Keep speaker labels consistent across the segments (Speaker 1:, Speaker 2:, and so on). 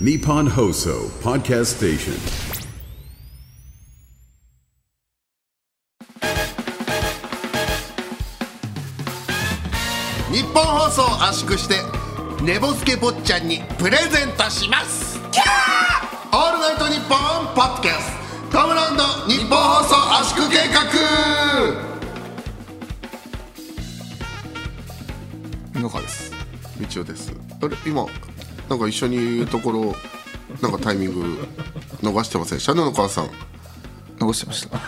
Speaker 1: Nippon Hoso Podcast Station.
Speaker 2: 日本放送を圧縮して寝ぼすけ坊ちゃんにプレゼントしますキャーオールナイトニッポンポッドキャストトムランド日本放送圧縮計画野川です道夫ですあれ今なんか一緒にいるところなんかタイミング逃してませんシャネの母さん
Speaker 3: 残してました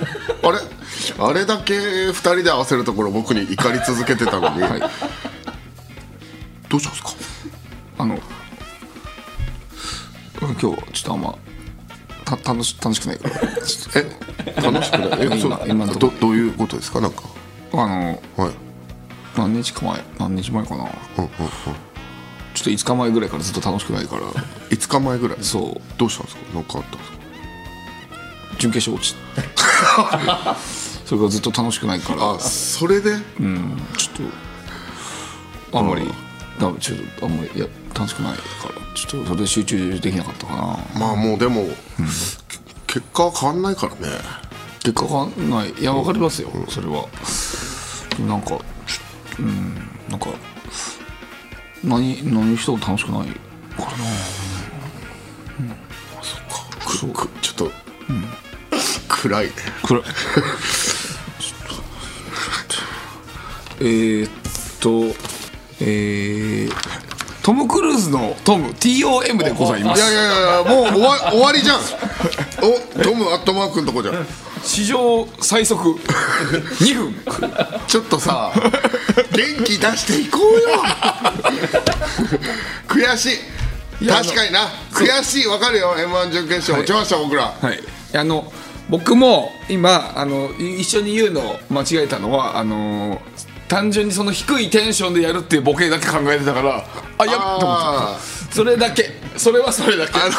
Speaker 2: あれあれだけ2人で合わせるところ僕に怒り続けてたのに、どうしたんですか
Speaker 3: あの今日ちょっとあんまた楽し楽しくないから ちょっ
Speaker 2: え楽しくないえ
Speaker 3: 今
Speaker 2: そう
Speaker 3: 今のとこ
Speaker 2: どどういうことですかなんか
Speaker 3: とあの
Speaker 2: はい
Speaker 3: 何日か前何日前かなちょっと5日前ぐらいからずっと楽しくないから
Speaker 2: 5日前ぐらい
Speaker 3: そう
Speaker 2: どうしたんですかなんかあったんですか
Speaker 3: 準決勝落ち たそれがずっと楽しくないから
Speaker 2: あそれで、
Speaker 3: ちょっとあんまりだちょっとあんまりいや楽しくないからちょっとそれで集中できなかったかな
Speaker 2: まあもうでも、け結果は変わんないからね
Speaker 3: 結果がないいやわかりますよ、それはでもなんかちょうんなんか何何しても楽しくないからな
Speaker 2: くくちょっと、暗いね
Speaker 3: 暗い えーっとえー、トム・クルーズのトム TOM でございま
Speaker 2: いやい
Speaker 3: す
Speaker 2: やいやもう終わ終わりじゃんおトムアットマークのとこじゃん
Speaker 3: 史上最 速2分
Speaker 2: ちょっと さ元気出していこうよ悔しい確かにな悔しいわかるよ m 1準決勝、落ちました僕ら
Speaker 3: はい、あの僕も今あのい一緒に言うのを間違えたのはあの単純にその低いテンションでやるっていうボケだけ考えてたからあやべと思っ
Speaker 2: あー
Speaker 3: たそれだけそれはそれだけ、
Speaker 2: あの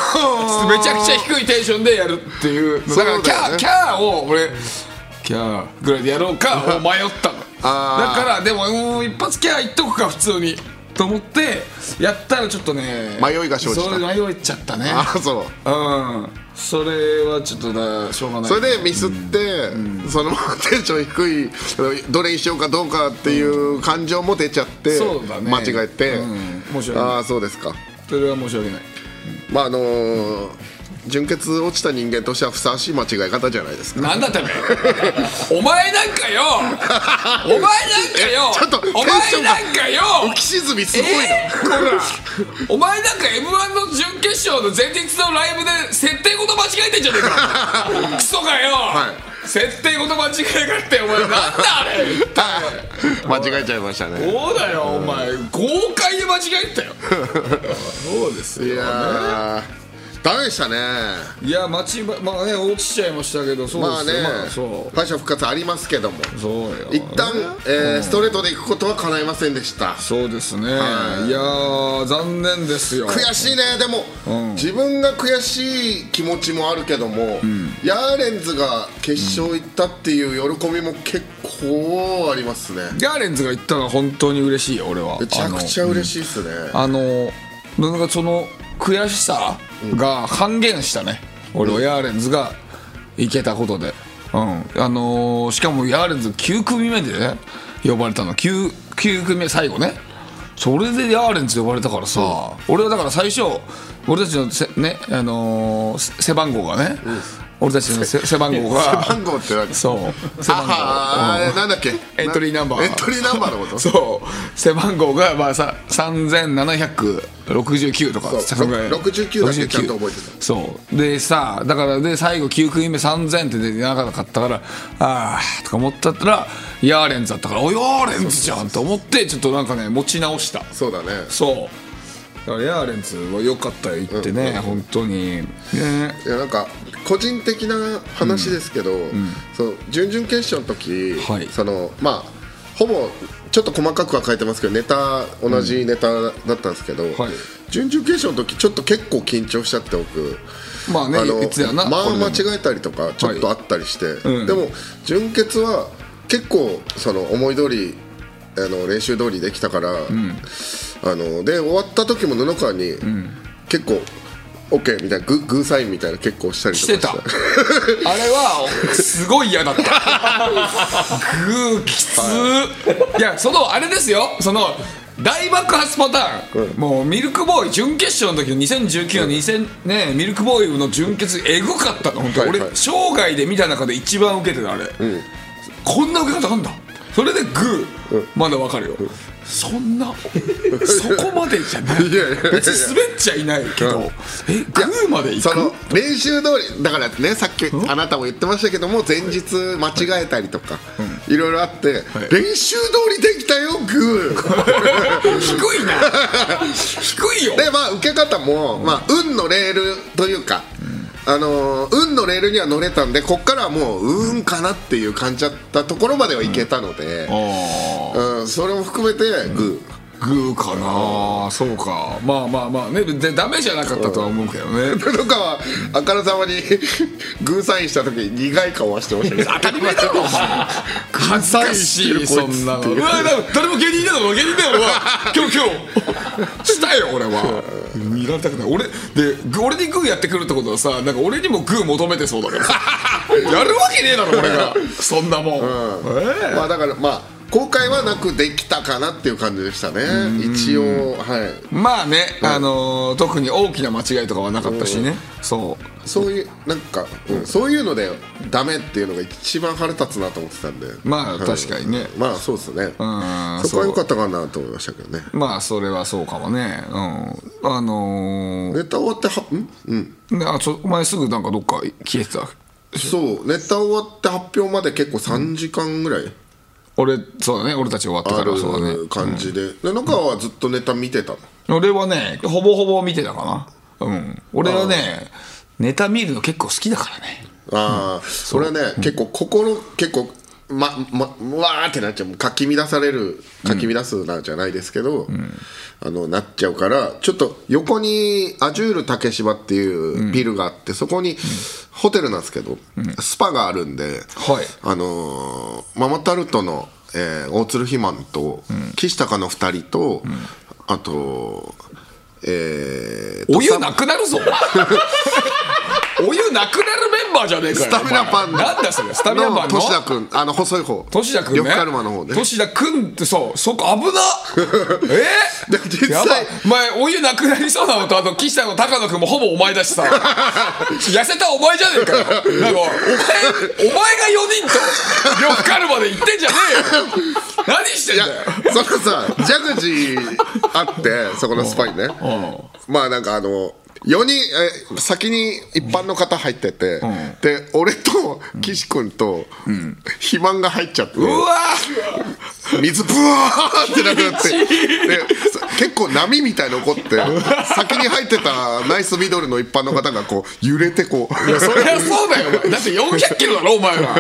Speaker 2: ー
Speaker 3: めちゃくちゃ低いテンションでやるっていうだから
Speaker 2: そう
Speaker 3: キ
Speaker 2: だよ
Speaker 3: ャー、
Speaker 2: ね
Speaker 3: キャーを俺キャーぐらいでやろうか を迷ったのだ
Speaker 2: あー
Speaker 3: からでもうん一発キャーいっとくか普通にと思ってやったらちょっとね
Speaker 2: 迷いが生じた
Speaker 3: それ迷えちゃったね
Speaker 2: あーそう
Speaker 3: うんそれはちょっとだしょうがない
Speaker 2: それでミスって、そのテンション低いどれにしようかどうかっていう感情も出ちゃって、
Speaker 3: そうだね
Speaker 2: 間違えて、
Speaker 3: うん申し訳ない
Speaker 2: ああそうですか
Speaker 3: それは申し訳ない
Speaker 2: まああのー純潔落ちた人間としてはふさわしい間違い方じゃないですか
Speaker 3: なんだてめえ お前なん かよお前なんかよ
Speaker 2: えちょっとテン
Speaker 3: お
Speaker 2: ショ
Speaker 3: 前
Speaker 2: ンが
Speaker 3: なんかよ
Speaker 2: 浮き沈みすごいな、
Speaker 3: えーこらお前なんか m 1の準決勝の前日のライブで設定ごと間違えてんじゃねえ かクソかよ、
Speaker 2: は
Speaker 3: 設定ごと間違えやがってお前なんだあれ一 体
Speaker 2: 間違えちゃいましたね
Speaker 3: そうだよお前豪快で間違 えたよそうです
Speaker 2: い
Speaker 3: よ
Speaker 2: やーダメでしたね
Speaker 3: いや待ちばまあね落ちちゃいましたけどそう
Speaker 2: まあ
Speaker 3: で
Speaker 2: ね
Speaker 3: すよ、まあそ
Speaker 2: 敗者復活ありますけども
Speaker 3: うそうよ
Speaker 2: 一旦、えーストレートで行くことは叶いませんでした
Speaker 3: そうですねいやー残念ですよ
Speaker 2: 悔しいねでも、自分が悔しい気持ちもあるけども、ヤーレンズが決勝行ったっていう喜びも結構ありますね、
Speaker 3: ガーレンズが言ったのは本当に嬉しいよ俺は
Speaker 2: めちゃくちゃ嬉しいっすね、
Speaker 3: あのあのなんかその悔しさが半減したね、俺はヤーレンズがいけたことでうんあのーしかもヤーレンズ9組目でね呼ばれたの 9, 9組目最後ねそれでヤーレンズ呼ばれたからさ、俺はだから最初俺たちのせねあのーせ背番号がね、俺たちのせ背番号が
Speaker 2: 背 番号って何
Speaker 3: そう 背
Speaker 2: あ
Speaker 3: 番号
Speaker 2: はーなんだっけ
Speaker 3: エントリーナンバー
Speaker 2: なエントリーナンバーのこと
Speaker 3: そう背番号がまあさ3769とか
Speaker 2: そう
Speaker 3: そのぐらい
Speaker 2: 69だけちゃんと覚えてた
Speaker 3: そうでさだからで最後9組目3000って出てなかったからああとか思ったったらヤーレンズだったからおヤーレンズじゃんと思ってちょっとなんかね持ち直した
Speaker 2: そうだね
Speaker 3: そうだからヤーレンズは良かったよ行ってね、本当にね
Speaker 2: いやなんか個人的な話ですけど、その準々決勝の時、
Speaker 3: はい
Speaker 2: そのまあほぼちょっと細かくは書いてますけどネタ同じネタだったんですけど、
Speaker 3: はい
Speaker 2: 準々決勝の時ちょっと結構緊張しちゃって僕
Speaker 3: まあね
Speaker 2: あの
Speaker 3: 言ってたよな
Speaker 2: まあ
Speaker 3: これで
Speaker 2: 間
Speaker 3: も
Speaker 2: 違えたりとかちょっとあったりして、
Speaker 3: ん
Speaker 2: でも準決は結構その思い通りあの練習通りできたから、あので終わった時も布川に結構 OK みたいなググーサインみたいな結構したりとか
Speaker 3: してたあれはすごい嫌だったグーきつーいやそのあれですよその大爆発パターン、もうミルクボーイ準決勝の時の2019の2000、ね、ミルクボーイの準決えぐかったの本当、
Speaker 2: はいはい
Speaker 3: 俺生涯で見た中で一番受けてたあれ、こんな受け方あんだそれでグー、まだわかるよ、そんなそこまでじゃな い
Speaker 2: いやいやいや
Speaker 3: 別に滑っちゃいないけど、
Speaker 2: うん
Speaker 3: えグーまでいく
Speaker 2: その練習通りだからねさっきあなたも言ってましたけども前日間違えたりとかいろいろあって
Speaker 3: い
Speaker 2: 練習通りできたよグー
Speaker 3: 低いな低いよ
Speaker 2: でまあ受け方もまあ運のレールというかあのー運のレールには乗れたんでこっからはもう運かなっていう感じだったところまではいけたのでうんそれも含めてグー
Speaker 3: グーかなそうかまあまあまあねでダメじゃなかったとは思うけどね
Speaker 2: とかはあからさまに グーサインした時に苦い顔はしてました けど当たり前だろ
Speaker 3: 恥ずかしいそんなのうわ誰も芸人だろ芸人だよ俺は今日今日したよ俺は見られたくない俺でグ俺にグーやってくるってことはさなんか俺にもグー求めてそうだけど さやるわけねえだろ俺がそんなもん、ええ
Speaker 2: まあだからまあ後悔はなくできたかなっていう感じでしたね一応はい
Speaker 3: まあね、あのー特に大きな間違いとかはなかったしね、そう
Speaker 2: そういうなんか、うんそういうのでダメっていうのが一番腹立つなと思ってたんでは
Speaker 3: まあ
Speaker 2: い
Speaker 3: 確かにね
Speaker 2: まあそうですね
Speaker 3: ん
Speaker 2: そこは良かったかなと思いましたけどね
Speaker 3: まあそれはそうかもねうんあの
Speaker 2: ネタ終わってはんうん
Speaker 3: ーねあちょお前すぐなんかどっか消えてた
Speaker 2: そうネタ終わって発表まで結構3時間ぐらい
Speaker 3: 俺そうだね俺たち終わって
Speaker 2: あ
Speaker 3: からそうだね
Speaker 2: る感じでで中はずっとネタ見てたの
Speaker 3: 俺はねほぼほぼ見てたかなうん俺はねネタ見るの結構好きだからね
Speaker 2: ああ、それはね、結構心結構ままうわーってなっちゃうもうかき乱されるかき乱すなんじゃないですけど、あのなっちゃうからちょっと横にアジュール竹芝っていうビルがあって、そこにホテルなんですけど、スパがあるんで、
Speaker 3: はい
Speaker 2: あのーママタルトの、えー大鶴ひまんと、岸高の2人と、あとえーと
Speaker 3: お湯なくなる ぞお湯なくなるメンバーじゃねえかよ
Speaker 2: スタミナパン
Speaker 3: お前なんだそれスタミナパンの
Speaker 2: の田君あの細い方
Speaker 3: 年田君ね
Speaker 2: 呂布カルマの方ね
Speaker 3: 年田君ってそうそこ危な え
Speaker 2: でも実際
Speaker 3: やばいお前お湯なくなりそうなのとあと岸田の高野君もほぼお前だ しさ痩せたお前じゃねえかよなんかお前お前が4人と呂布カルマで行ってんじゃねえよ何してん
Speaker 2: いや
Speaker 3: だよ
Speaker 2: そのさジャグジーあってそこのスパイねまあなんかあの4人え先に一般の方入ってて、で俺と岸君と、肥満が入っちゃって、
Speaker 3: うわ
Speaker 2: 水ブワーってなくな ってでそ結構波みたいの起こって先に入ってたナイスミドルの一般の方がこう揺れてこう
Speaker 3: ーいやそりゃそうだよお前だって400キロだろお前は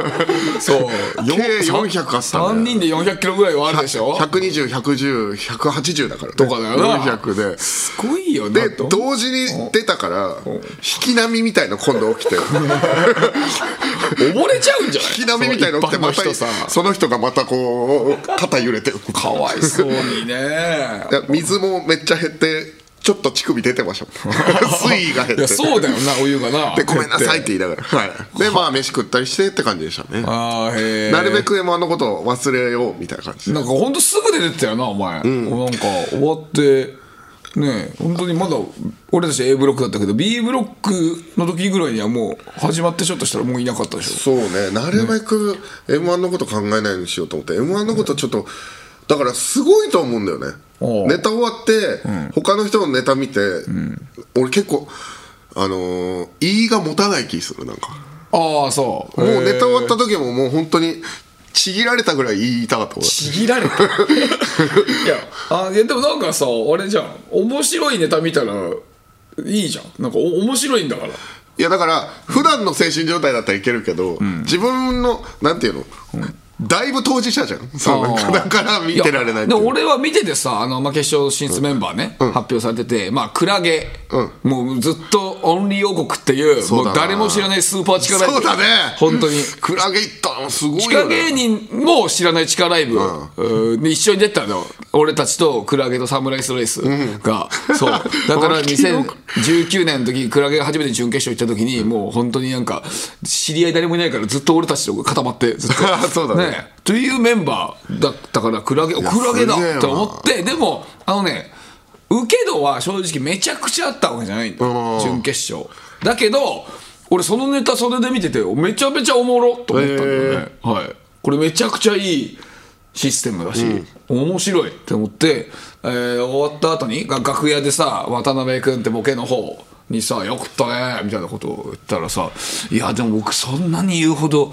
Speaker 3: そう
Speaker 2: 計400あったんだよ
Speaker 3: 3人で400キロぐらいはあるでしょ
Speaker 2: 120110180180だからね
Speaker 3: とかだよな
Speaker 2: 400です
Speaker 3: ごいよね
Speaker 2: で同時に出たから引き波みたいの今度起 きて
Speaker 3: 溺れちゃうんじゃない
Speaker 2: 引き波みたいの起きて
Speaker 3: そう一般の
Speaker 2: ま
Speaker 3: 人
Speaker 2: た
Speaker 3: さ
Speaker 2: その人がまたこう肩揺れてか
Speaker 3: かわいそうにね
Speaker 2: 水もめっちゃ減ってちょっと乳首出てましたもん 水位が減っ
Speaker 3: い
Speaker 2: て
Speaker 3: やそうだよなお湯がな
Speaker 2: でごめんなさい
Speaker 3: 減
Speaker 2: っ
Speaker 3: っ
Speaker 2: 言
Speaker 3: て
Speaker 2: いながら、はい、でまあ飯食ったりしてって感じでしたね
Speaker 3: ああへえ
Speaker 2: なるべく M−1 のことを忘れようみたいな感じ
Speaker 3: なんかほんとすぐ出てったよなお前、なんか終わってねえ本当にまだ俺たち A ブロックだったけど B ブロックの時ぐらいにはもう始まってちょっとしたらもういなかったでしょ
Speaker 2: そうねなるべく m 1のこと考えないようにしようと思って m 1のことちょっとだからすごいと思うんだよね
Speaker 3: おう
Speaker 2: ネタ終わって、他の人のネタ見て、俺結構あのー言いが持たない気するなんか
Speaker 3: ああそう
Speaker 2: もう
Speaker 3: へえ
Speaker 2: ネタ終わった時ももう本当にちぎられたぐらい言いたかった俺
Speaker 3: ちぎられたいやあいやでもなんかさあれじゃん面白いネタ見たらいいじゃんなんかお面白いんだから
Speaker 2: いやだから普段の精神状態だったらいけるけど、自分のなんていうの、だいぶ当事者じゃんそうなんか
Speaker 3: あー
Speaker 2: だから見てられない
Speaker 3: や
Speaker 2: って
Speaker 3: で
Speaker 2: いう
Speaker 3: も俺は見ててさあの、まあ、決勝進出メンバーね、発表されてて、まあ、クラゲ、もうずっとオンリー王国っていう
Speaker 2: そう
Speaker 3: も
Speaker 2: だな
Speaker 3: う誰も知らないスーパー力
Speaker 2: そうだね
Speaker 3: 本当に
Speaker 2: クラゲいったのすごい
Speaker 3: 地下
Speaker 2: よね
Speaker 3: 芸人も知らない地下ライブ、うんで一緒に出てたの俺たちとクラゲとサムライスレースが、そうだ から2019年の時クラゲが初めて準決勝行った時にもう本当になんか知り合い誰もいないからずっと俺たちと固まってずっと
Speaker 2: そうだね
Speaker 3: というメンバーだったからクラゲおクラゲ
Speaker 2: すげえ
Speaker 3: だ
Speaker 2: な
Speaker 3: と思ってでもあのね受け度は正直めちゃくちゃあったわけじゃないんだよ準決勝だけど俺そのネタ袖で見ててめちゃめちゃおもろと思ったんだよね、はい、これめちゃくちゃいいシステムだし、面白いって思って、えー終わった後にが楽屋でさ渡辺君ってボケの方にさ「よかったね」みたいなことを言ったらさ「いやでも僕そんなに言うほど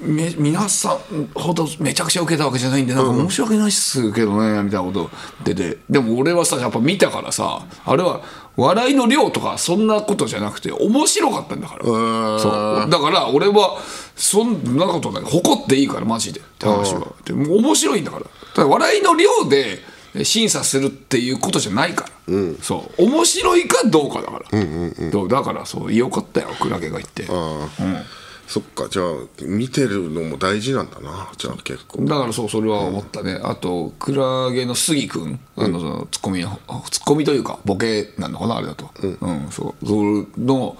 Speaker 3: め皆さんほどめちゃくちゃ受けたわけじゃないんでなんか申し訳ないっすけどね」みたいなことでてでも俺はさやっぱ見たからさあれは笑いの量とかそんなことじゃなくて面白かったんだからそうだから俺はそんなことない誇っていいからマジでって話はでも面白いんだからだから笑いの量で審査するっていうことじゃないから、そう面白いかどうかだから、そうだからそうよかったよクラゲが言って
Speaker 2: そっかじゃあ見てるのも大事なんだなじゃあ結構
Speaker 3: だからそうそれは思ったね、あとクラゲの杉君あのそのツッコミのツッコミというかボケなのかなあれだとうん、そうそれの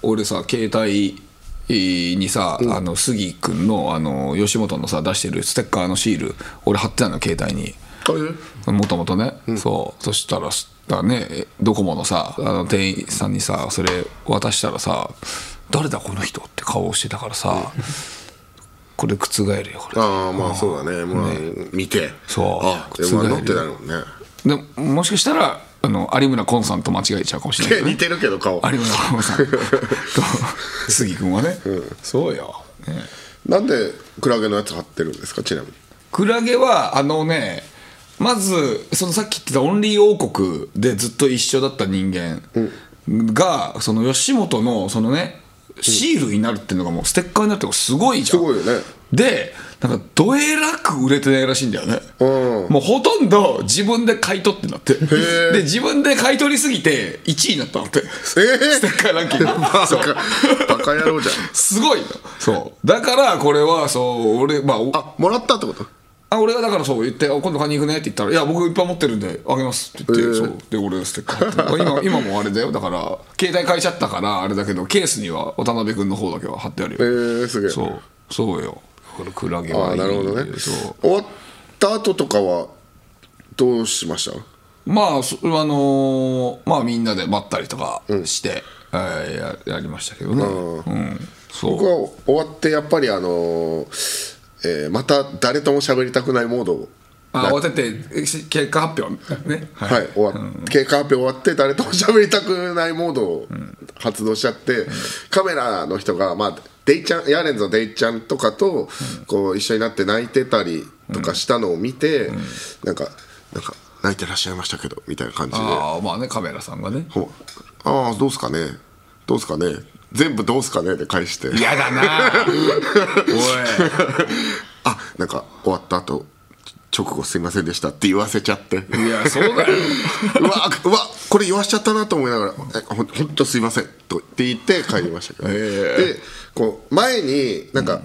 Speaker 3: 俺さ携帯にさ、あの杉君のあの吉本のさ出してるステッカーのシール俺貼ってたの携帯に。
Speaker 2: あれ
Speaker 3: もともとね、そうそしたらだねえドコモのさあの店員さんにさそれ渡したらさ「誰だこの人」って顔をしてたから さこれ覆るよこれ
Speaker 2: ああまあそうだねまあ見て
Speaker 3: そう
Speaker 2: あでもまあ乗ってないもんね
Speaker 3: でもしかしたらあの有村昆さんと間違えちゃうかもしれないけ
Speaker 2: 手
Speaker 3: ど
Speaker 2: 似てる
Speaker 3: ね
Speaker 2: けど顔
Speaker 3: 有村 昆さんと杉君はね、そうよ、ね
Speaker 2: なんでクラゲのやつ貼ってるんですかちなみに
Speaker 3: クラゲはあのねまずそのさっき言ってたオンリー王国でずっと一緒だった人間が、その吉本のそのねシールになるっていうのがもうステッカーになるってのがすごいじゃん
Speaker 2: すごいよね
Speaker 3: でなんかどえらく売れてないらしいんだよね、もうほとんど自分で買い取ってなってで自分で買い取りすぎて1位になったんだって、ステッカーラン キング
Speaker 2: そっかバカ野郎じゃん
Speaker 3: すごいのそうだからこれはそう俺まあお
Speaker 2: あもらったってこと
Speaker 3: あ俺がだからそう言ってあ「今度買いに行くね」って言ったら「いや僕いっぱい持ってるんであげます」って言って、
Speaker 2: えー
Speaker 3: そうで俺がステッカー貼ってる今今もあれだよだから携帯変えちゃったからあれだけどケースには渡辺君の方だけは貼ってあるよ
Speaker 2: えー、すげえ
Speaker 3: そうそうよだからクラゲ
Speaker 2: あ
Speaker 3: は
Speaker 2: あ
Speaker 3: いい
Speaker 2: なるほどね
Speaker 3: そう
Speaker 2: 終わった後とかはどうしました
Speaker 3: まあそあのーまあみんなで待ったりとかして、えーややりましたけどねうんそう
Speaker 2: 僕は終わってやっぱりあのーえーまた誰とも喋りたくないモードを
Speaker 3: あ終わっててし結果発表ね
Speaker 2: はい、終わっ経過発表終わって誰とも喋りたくないモードを発動しちゃって、カメラの人が、まあ、デイちゃんヤーレンズのデイちゃんとかと、こう一緒になって泣いてたりとかしたのを見て、なんかなんか泣いてらっしゃいましたけどみたいな感じで
Speaker 3: ああまあねカメラさんがね
Speaker 2: ほああどうすかねどうすかね全部どうすかねで返して
Speaker 3: 嫌だな おい
Speaker 2: あなんか終わった後直後すいませんでしたって言わせちゃって
Speaker 3: いや、そうだよ。
Speaker 2: うわあうわこれ言わしちゃったなと思いながら「えほんほんとすいません」とって言って帰りましたけど、でこう前になんか、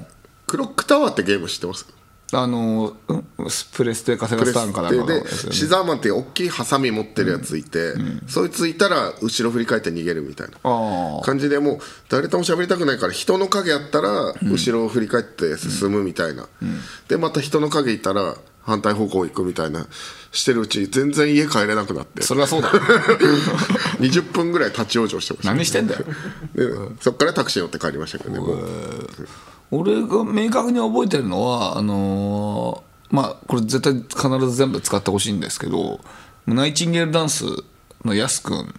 Speaker 2: クロックタワーってゲーム知ってます
Speaker 3: あの、うん、スプレステカセガスタンかなんかのや
Speaker 2: で
Speaker 3: つ
Speaker 2: シ
Speaker 3: よね
Speaker 2: ザーマンっていう大きいハサミ持ってるやついて、そいついたら後ろ振り返って逃げるみたい
Speaker 3: あ
Speaker 2: な感じでもう誰とも喋りたくないから人の影やったら後ろを振り返って進むみたいな、でまた人の影いたら反対方向行くみたいなしてるうち全然家帰れなくなって
Speaker 3: それはそうだ。
Speaker 2: 20分ぐらい立ち往生してました
Speaker 3: 何してんだよ。
Speaker 2: でそっからタクシー乗って帰りましたけどねもう
Speaker 3: 俺が明確に覚えてるのは、あのーまあ、これ絶対必ず全部使ってほしいんですけど、ナイチンゲールダンスのやすくん、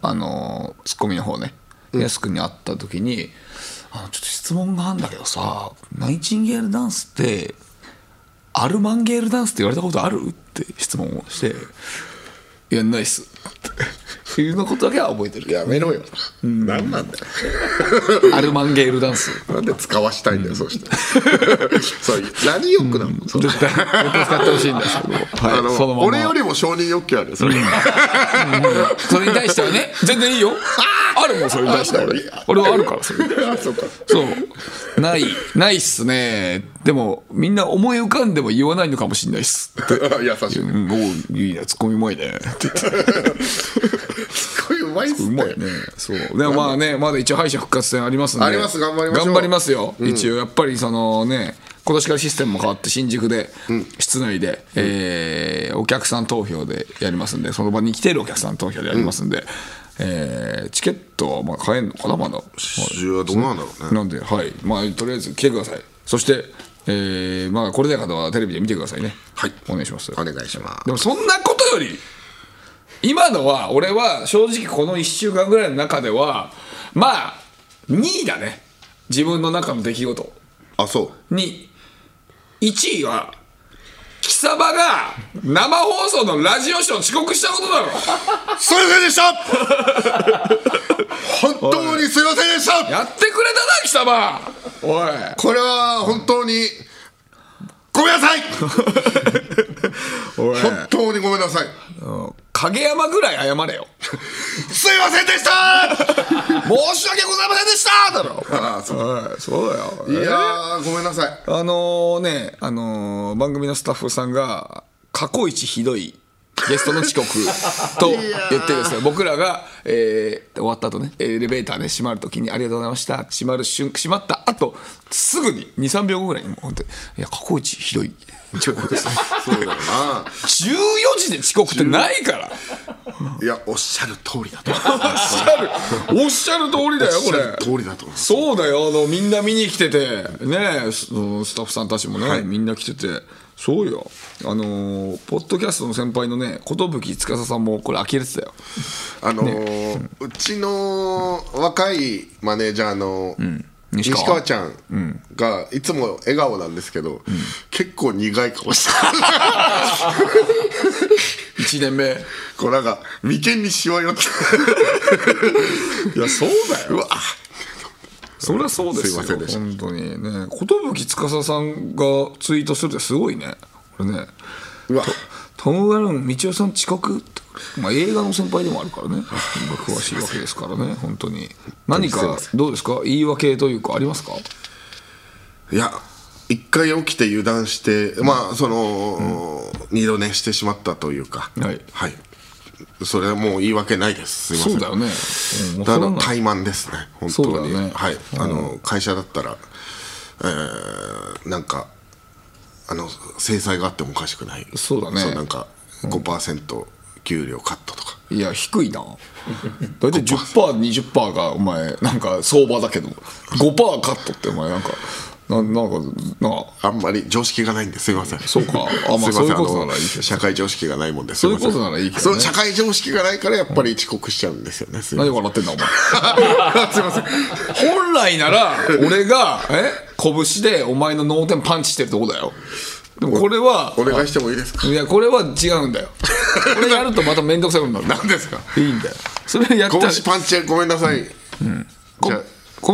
Speaker 3: あのーツッコミの方ね、やすくんに会った時に、あの、ちょっと質問があるんだけどさ、ナイチンゲールダンスって、アルマンゲールダンスって言われたことあるって質問をして、いや、ないっす。っていうのことだけは覚えてるけど
Speaker 2: やめろよ、何なんだよ
Speaker 3: アルマンゲールダンス。
Speaker 2: なんで使わしたいんだよ、そうして そう何欲なの、それ
Speaker 3: 絶対、僕使ってほしいんですけど、はい、
Speaker 2: あの
Speaker 3: そのまま。
Speaker 2: 俺よりも承認欲求あるよそれ
Speaker 3: それに対してはね、全然いいよ。 あるもん、それに 対しては俺。俺はあるから、それ。
Speaker 2: あそうか
Speaker 3: そう。ない、ないっすね。でも、みんな思い浮かんでも言わないのかもしれないっす。
Speaker 2: 優しい
Speaker 3: うん、おういいね、ツッコミうまい ね。って
Speaker 2: すごいうまいっす
Speaker 3: う
Speaker 2: ね
Speaker 3: まいね。そう。でもまあね、まだ一応敗者復活戦ありますんで。
Speaker 2: あります頑張りましょう
Speaker 3: 頑張りますよ。一応、やっぱりそのね、今年からシステムも変わって、新宿で、室内で、えーお客さん投票でやりますんで、その場に来てるお客さん投票でやりますんで、えーチケットはまあ買えんのかな、まだ。
Speaker 2: 主はどうなんだろうね
Speaker 3: なんで、はい。まあ、とりあえず来てください。そして、えーまあ、これで方はテレビで見てくださいね。
Speaker 2: はい
Speaker 3: お願いします。
Speaker 2: お願いします
Speaker 3: でもそんなことより今のは俺は正直この1週間ぐらいの中ではまあ2位だね自分の中の出来事
Speaker 2: あそ
Speaker 3: に1位は貴様が生放送のラジオショー遅刻したことだろ
Speaker 2: うすいませんでした本当にすいませんでした
Speaker 3: やってくれたな貴様おい
Speaker 2: これは本当にごめんなさい
Speaker 3: おい
Speaker 2: 本当にごめんなさい
Speaker 3: 影山ぐらい謝れよ
Speaker 2: すいませんでした
Speaker 3: 申し訳ございませんでしただろ
Speaker 2: あそう
Speaker 3: おいそうだよ
Speaker 2: いやーごめんなさい
Speaker 3: あのね、あのー番組のスタッフさんが過去一ひどいゲストの遅刻と言ってですね僕らが、えー終わった後ねエレベーターで閉まる時に「ありがとうございました」閉まる瞬閉まった後すぐに23秒後ぐらいにもう本当に「いや過去一ひどい遅刻ですね」
Speaker 2: そうだよな
Speaker 3: 14時で遅刻ってないから
Speaker 2: いやおっしゃる通りだと
Speaker 3: おっしゃるおっしゃる通りだよ
Speaker 2: おっ
Speaker 3: こ
Speaker 2: しゃる
Speaker 3: れ
Speaker 2: 通りだと思う
Speaker 3: そうだよあのみんな見に来ててねえそのスタッフさんたちもね、みんな来ててそうよあのーポッドキャストの先輩のね寿司さんもこれ呆れてたよ
Speaker 2: あのーうちの若いマネージャーの
Speaker 3: 西
Speaker 2: 西
Speaker 3: 川
Speaker 2: 川ちゃんがいつも笑顔なんですけど、結構苦い顔した
Speaker 3: 1 年目い
Speaker 2: こうなんか眉間にしわ 寄って
Speaker 3: やそうだ
Speaker 2: うわ
Speaker 3: そりゃそうですよ
Speaker 2: すいませんでした
Speaker 3: 本当にね寿司さんがツイートするってすごいねこれね
Speaker 2: うわ
Speaker 3: トム・ウェルン道夫さん遅刻って、まあ、映画の先輩でもあ るからね詳しいわけですからね本当に何かどうですか言い訳というかありますか
Speaker 2: いや一回起きて油断してまあその、二度寝してしまったというか
Speaker 3: はい
Speaker 2: はい、それはもう言い訳ないですすいません
Speaker 3: そうだよね、うん、
Speaker 2: だから
Speaker 3: わからない
Speaker 2: 怠慢ですね、本
Speaker 3: そう
Speaker 2: 当
Speaker 3: だ
Speaker 2: に、
Speaker 3: よね
Speaker 2: はい
Speaker 3: うん
Speaker 2: あの会社だったら、えーなんかあの制裁があってもおかしくない、
Speaker 3: そうだね
Speaker 2: なんか5%給料カットとか、
Speaker 3: いや低いな大体 10%20% がお前なんか相場だけど5%カットってお前なんかななんかな
Speaker 2: あんまり常識がないんですいません。
Speaker 3: そ うかあまあ
Speaker 2: すいません
Speaker 3: そういうこと
Speaker 2: の
Speaker 3: ならいいけど
Speaker 2: 社会常識がないもんですすません
Speaker 3: そういうことならいいけどね
Speaker 2: そう社会常識がないからやっぱり遅刻しちゃうんですよね、すいま
Speaker 3: 何
Speaker 2: せん
Speaker 3: 笑ってんだお前 すいません本来なら俺がえ拳でお前の脳天パンチしてるとこだよでもこれは
Speaker 2: お願いしてもいいですか
Speaker 3: いやこれは違うんだよこれやるとまた面倒くさくなる
Speaker 2: 何ですか
Speaker 3: いいんだよそれやった
Speaker 2: 拳
Speaker 3: ら
Speaker 2: パンチごめんなさい、じゃあ
Speaker 3: こ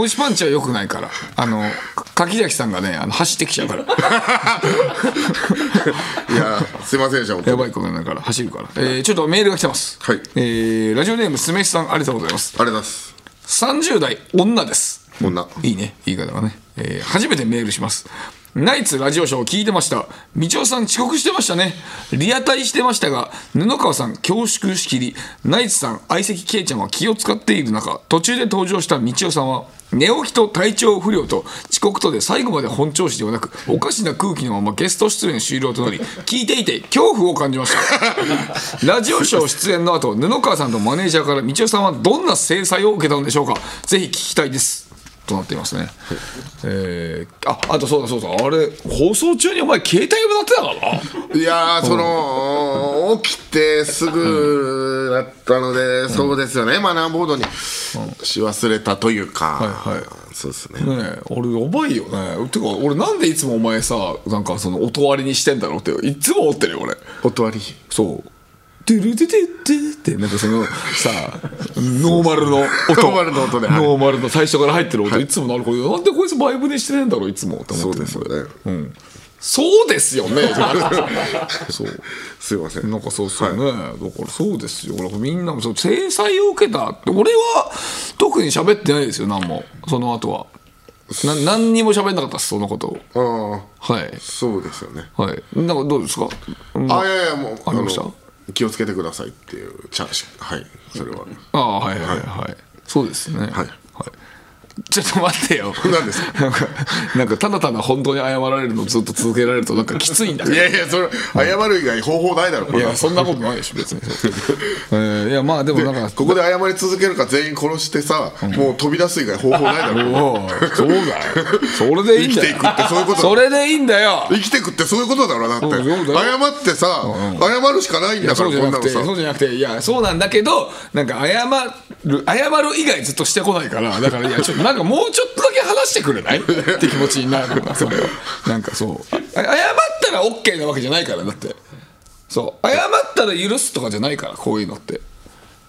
Speaker 3: 拳パンチは良くないからあのか柿崎さんがねあの走ってきち ゃうから
Speaker 2: いやすいませんでした本当
Speaker 3: や
Speaker 2: に
Speaker 3: ばいことになるから走るから、えーちょっとメールが来てます、
Speaker 2: はい
Speaker 3: えーラジオネームすめしさんありがとうございます
Speaker 2: ありがとうございます
Speaker 3: 30代女です
Speaker 2: 女
Speaker 3: いいね言い方がね、えー初めてメールしますナイツラジオショーを聞いてました道夫さん遅刻してましたねリアタイしてましたが布川さん恐縮しきりナイツさん相席けいちゃんは気を使っている中途中で登場した道夫さんは寝起きと体調不良と遅刻とで最後まで本調子ではなくおかしな空気のままゲスト出演終了となり聞いていて恐怖を感じました ラジオショー出演の後布川さんとマネージャーから道夫さんはどんな制裁を受けたのでしょうかぜひ聞きたいですとなっていますね。えー、あ、あとそうだそうだ、あれ、放送中にお前、携帯も鳴ってたからない
Speaker 2: やー、その、起きてすぐだったので、そうですよね、マナーボードにし忘れたというか、
Speaker 3: はいはい
Speaker 2: そうですね。
Speaker 3: ねえ、俺、やばいよね。てか、俺、なんでいつもお前さ、なんか、その、音割りにしてんだろうって、いつも思ってるよ、俺。
Speaker 2: お断り。
Speaker 3: そう。てるてててって、なんかその、さ、ノーマルの音。
Speaker 2: ノーマルの音ではい
Speaker 3: ノーマルの最初から入ってる音、い、つもなるこれ、なんでこいつバイブにしてねえんだろう、いつも。って思
Speaker 2: そ
Speaker 3: っ
Speaker 2: う
Speaker 3: てる
Speaker 2: ですよね。
Speaker 3: そうですよね。 そう。
Speaker 2: すいません。
Speaker 3: なんかそうそうね、だからそうですよ、だからみんなもそう制裁を受けたって、俺は特に喋ってないですよ、何も、その後は。な何にも喋んなかったっすそのことを
Speaker 2: ああ
Speaker 3: はい
Speaker 2: そうですよね
Speaker 3: はいなんかどうですか
Speaker 2: あいやいやもう
Speaker 3: ありました
Speaker 2: の気をつけてくださいっていうチャーシはいそれは
Speaker 3: ああはいはいはいそうですねはい、
Speaker 2: はい
Speaker 3: ちょっと待ってよ
Speaker 2: 何ですか
Speaker 3: なんかなんかただただ本当に謝られるのずっと続けられるとなんかきついんだけ
Speaker 2: い
Speaker 3: ど
Speaker 2: やいやそれ謝る以外方法ないだろこ
Speaker 3: い
Speaker 2: れは
Speaker 3: やそんなことないでしょ別に、 えーいやまあでもなんか
Speaker 2: ここで謝り続けるか全員殺してさもう飛び出す以外方法ないだろ
Speaker 3: おうそうだよそれでいいん
Speaker 2: 生き
Speaker 3: だよ
Speaker 2: ていくってそういうこと
Speaker 3: それでいいんだよ
Speaker 2: 生きてくってそういうことだろだって
Speaker 3: うんそうだよ
Speaker 2: 謝ってさ謝るしかないん
Speaker 3: いや
Speaker 2: だか
Speaker 3: そ
Speaker 2: ら
Speaker 3: うじゃ
Speaker 2: こんな
Speaker 3: なく
Speaker 2: の
Speaker 3: て
Speaker 2: さ
Speaker 3: そうじゃなくていやそうなんだけどなんか謝る謝る以外ずっとしてこないからだからいや ちょっとなんかもうちょっとだけ話してくれないって気持ちになるからそれはなんかそうあ謝ったら OK なわけじゃないからだってそう謝ったら許すとかじゃないからこういうのって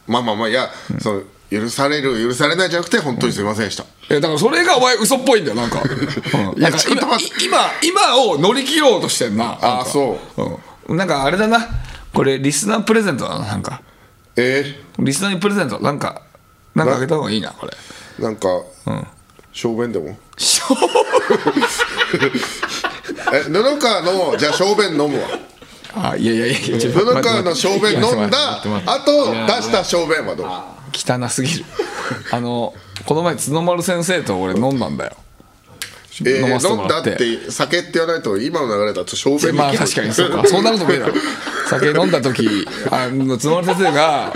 Speaker 2: まあまあまあいやその許される許されないじゃなくて本当にすいませんでした
Speaker 3: いやだからそれがお前嘘っぽいんだよなんか,、うん、
Speaker 2: いや
Speaker 3: なんか
Speaker 2: ちょっと
Speaker 3: 今
Speaker 2: 待って
Speaker 3: 今今を乗り切ろうとしてんななんか、
Speaker 2: あそう
Speaker 3: ん、なんかあれだなこれリスナープレゼントだななんか
Speaker 2: え
Speaker 3: リスナーにプレゼントなんかなんかあげた方がいいなこれ
Speaker 2: ーなんか小便でもえ布川のじゃあ小便飲 むわ
Speaker 3: あいやいやいやちょっと
Speaker 2: 布川の小便飲んだ
Speaker 3: 待って待って
Speaker 2: あと出した小便はどう
Speaker 3: 汚すぎるあのこの前角丸先生と俺飲んだんだよ
Speaker 2: え
Speaker 3: 飲ませ
Speaker 2: ー
Speaker 3: て
Speaker 2: 飲
Speaker 3: も
Speaker 2: ん
Speaker 3: ら
Speaker 2: だ
Speaker 3: っ
Speaker 2: ってて酒って言わないと今の流れだと小便
Speaker 3: まあ
Speaker 2: できる
Speaker 3: 確かにそうかそんなこともいいだろ酒飲んだ時あの角丸先生が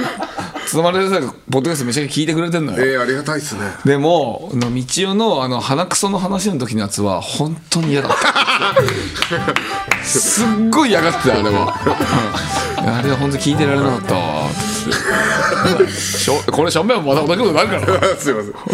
Speaker 3: 角丸先生がポッドキャストめちゃくちゃ聞いてくれてんの よ、
Speaker 2: えーありがたいっすね
Speaker 3: でも、あの道代のあの鼻くその話の時のやつは本当に嫌だった。すっごい嫌がってたあれは。うんあれは本当に聞いてられなかったわ。 しょこれ正面もまた同じことになるから。
Speaker 2: すいません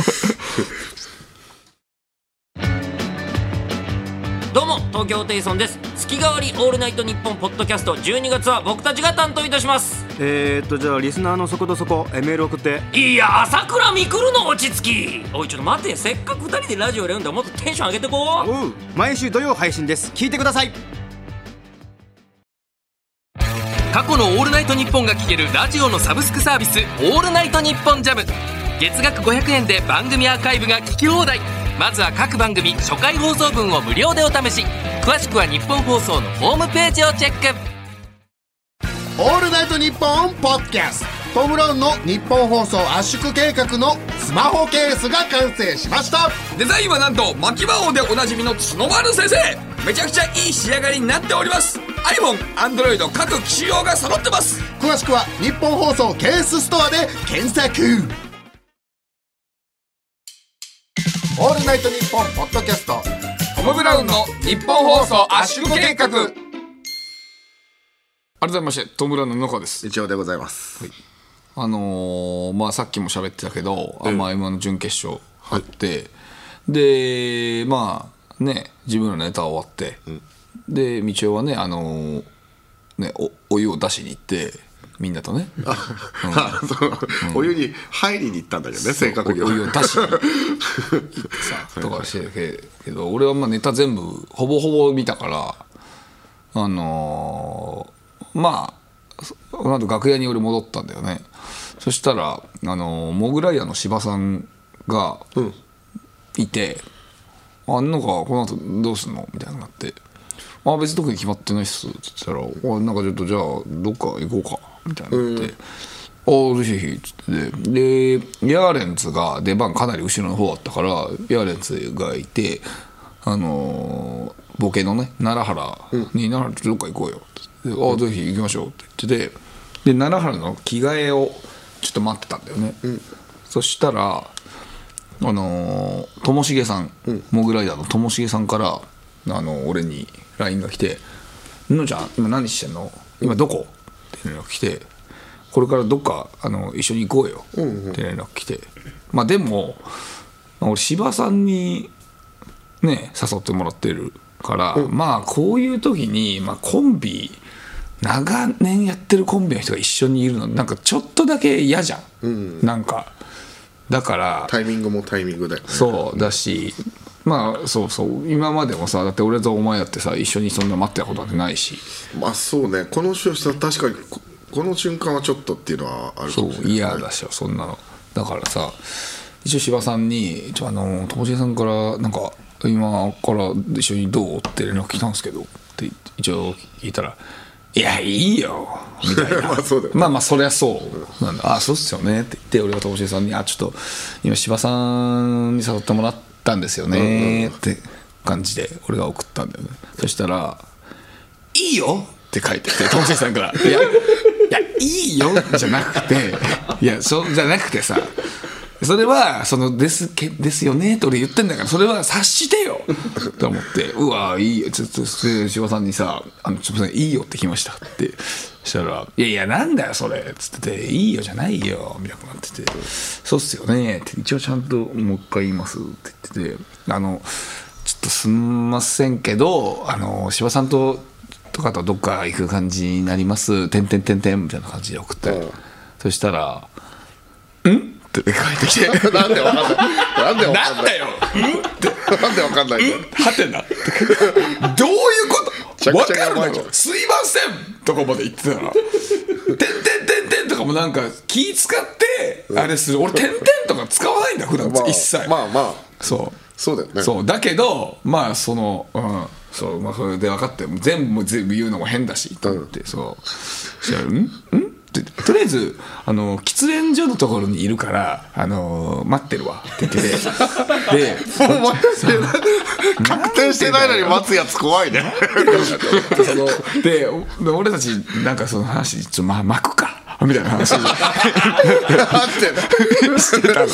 Speaker 4: どうも東京ホテイソンです月替わりオールナイトニッポンポッドキャスト12月は僕たちが担当いたします
Speaker 5: えー、っとじゃあリスナーのそことそこえメール送って
Speaker 4: いや朝倉未来の落ち着きおいちょっと待てせっかく2人でラジオやるんだもっとテンション上げてこう
Speaker 5: おう毎週土曜配信です聞いてください
Speaker 6: 過去の「オールナイトニッポン」が聴けるラジオのサブスクサービス「オールナイトニッポンジャム月額500円で番組アーカイブが聞き放題まずは各番組初回放送分を無料でお試し詳しくは日本放送のホームページをチェック
Speaker 2: オールナイトニッポンポッドキャストトム・ブラウンの日本放送圧縮計画のスマホケースが完成しました
Speaker 3: デザインはなんと巻き魔王でおなじみの角丸先生めちゃくちゃいい仕上がりになっております iPhone、Android 各機種用が揃ってます
Speaker 2: 詳しくは日本放送ケースストアで検索オールナイトニッポンポッドキャスト
Speaker 3: トム・ブラウンの日本放送圧縮計画改めましてトム・ブラウンの野川です
Speaker 2: 一応でございます
Speaker 3: あのーまあさっきも喋ってたけど、あまあ m 1の準決勝あって、でまあね自分らのネタ終わって、で道夫はねあのーねおお湯を出しに行ってみんなとね
Speaker 2: あそのお湯に入りに行ったんだけどね正確には
Speaker 3: お湯を出しに行ってさとかしてるけど俺はまあネタ全部ほぼほぼ見たからあのーまあそこの後楽屋に俺戻ったんだよねそしたら、あのーモグライアの芝さんがいて「あんのかこの後どうすんの?」みたいになって「あ別に特に決まってないっす」って言ったら「あなんかちょっとじゃあどっか行こうか」みたいになって。ああぜひぜひっつってででヤーレンツが出番かなり後ろの方だったからヤーレンツがいてあのーボケのね奈良原に「奈良原どっか行こうよ」ってああぜひ行きましょう」って言っててで奈良原の着替えをちょっと待ってたんだよね、そしたらあのーともしげさん、モグライダーのともしげさんから、あのー俺に LINE が来て「ののちゃん今何してんの今どこ?」って連絡来て「これからどっか、あの一緒に行こうよ」って連絡来て、まあでもまあ俺芝さんにね誘ってもらってるから、まあこういう時に、まあ、コンビ長年やってるコンビの人が一緒にいるのなんかちょっとだけ嫌じゃん、なんかだから
Speaker 2: タイミングもタイミングで
Speaker 3: そうだしまあそうそう今までもさだって俺とお前だってさ一緒にそんな待ってたことなんてないし
Speaker 2: まあそうねこの瞬間確かにここの瞬間はちょっとっていうのはあるか
Speaker 3: そ
Speaker 2: もしれ
Speaker 3: う
Speaker 2: ない
Speaker 3: 嫌だしよそんなのだからさ一応柴さんに「ちょあのともしげさんからなんか今から一緒にどう?」って連絡来たんですけどって一応聞いたら「いやいいよ」みたいな
Speaker 2: まあそうだよね
Speaker 3: まあまあそりゃそうなんだあそうっすよねって言って俺はともしげさんに「あちょっと今柴さんに誘ってもらったんですよね」って感じで俺が送ったんだよねそしたら「いいよ」って書いてきてともしげさんから「いやいやいいよ」じゃなくていやそうじゃなくてさそれはそのですけですよねって俺言ってんだからそれは察してよと思って「うわいいよ」ちょっとそれ柴さんにさ「あのすいませんいいよ」って来ましたってしたら「いやいやなんだよそれ」っつってて「いいよじゃないよ」みたいなってて「そうっすよね」って一応ちゃんともう一回言いますって言ってて「あのちょっとすんませんけどあの柴さんととかとどっか行く感じになります「てんてんてんてん」みたいな感じで送って、そしたら「ん?」って帰ってきて
Speaker 2: なんでわかんない。なんでわかんない。
Speaker 3: だよ
Speaker 2: なんでわかんないんだよ。
Speaker 3: はてなどういうこと
Speaker 2: ちゃ
Speaker 3: わ
Speaker 2: くちゃ
Speaker 3: か
Speaker 2: や
Speaker 3: るの
Speaker 2: ばいじゃん
Speaker 3: よすいませんとかまで言ってたら「てんてんてんてん」とかもなんか気使ってあれする俺「てんてん」とか使わないんだ普段
Speaker 2: まあ
Speaker 3: 一切
Speaker 2: まあまあ
Speaker 3: そう
Speaker 2: そうだよね。
Speaker 3: そうだけどまあそのうんそうまあそれで分かってもう全部もう全部言うのも変だしと思って、そうそしたら「んん?」ってとりあえずあの喫煙所のところにいるから、あの待ってるわって言って てで
Speaker 2: もう待って確定してないのに待つやつ怖いね。
Speaker 3: そのでおで俺たちなんかその話ちょ、ま、巻くかみたいな 話
Speaker 2: 待って。
Speaker 3: してたのよ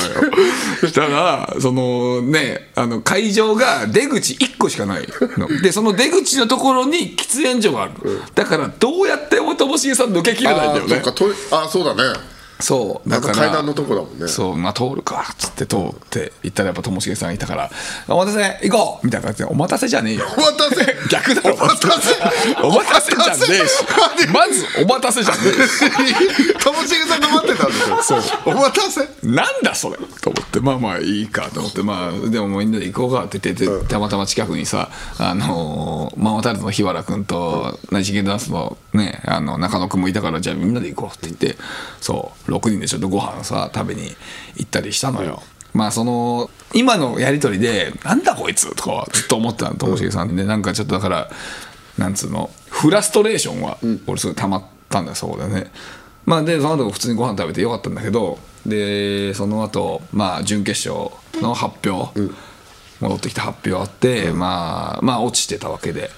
Speaker 3: そしたらそのねあの会場が出口1個しかないのでその出口のところに喫煙所がある、だからどうやってもともしげさん抜けきれないんだよ
Speaker 2: あーそ
Speaker 3: ね
Speaker 2: っかトイあーそうだね。
Speaker 3: そうだ
Speaker 2: なん
Speaker 3: か
Speaker 2: から階段のとこだもんね。
Speaker 3: そう、まあ、通るかっつって通って行ったらやっぱともしげさんいたから「お待たせ行こう!」みたいな感じで「お待たせじゃねえよ」
Speaker 2: お待たせ。
Speaker 3: 逆だろ
Speaker 2: お待たせ。
Speaker 3: お待たせじゃねえしまずお待たせじゃねえし
Speaker 2: ともしげさんが待ってたんですよ。そう。お待たせ。
Speaker 3: なんだそれと思ってまあまあいいかと思ってまあでもみんなで行こうかって言っててたまたま近くにさあのーママタルトの日原君と内地ダンスのねあの中野君もいたからじゃあみんなで行こうって言ってそう6人でちょっとご飯さ食べに行ったりしたのよ。まあその今のやり取りで「なんだこいつ」とかはずっと思ってたのともしげさんでなんかちょっとだからなんつうのフラストレーションは俺すごい溜まったんだよそこでねまあでその後普通にご飯食べてよかったんだけどでその後まあ準決勝の発表、戻ってきた発表あって、まあまあ落ちてたわけで、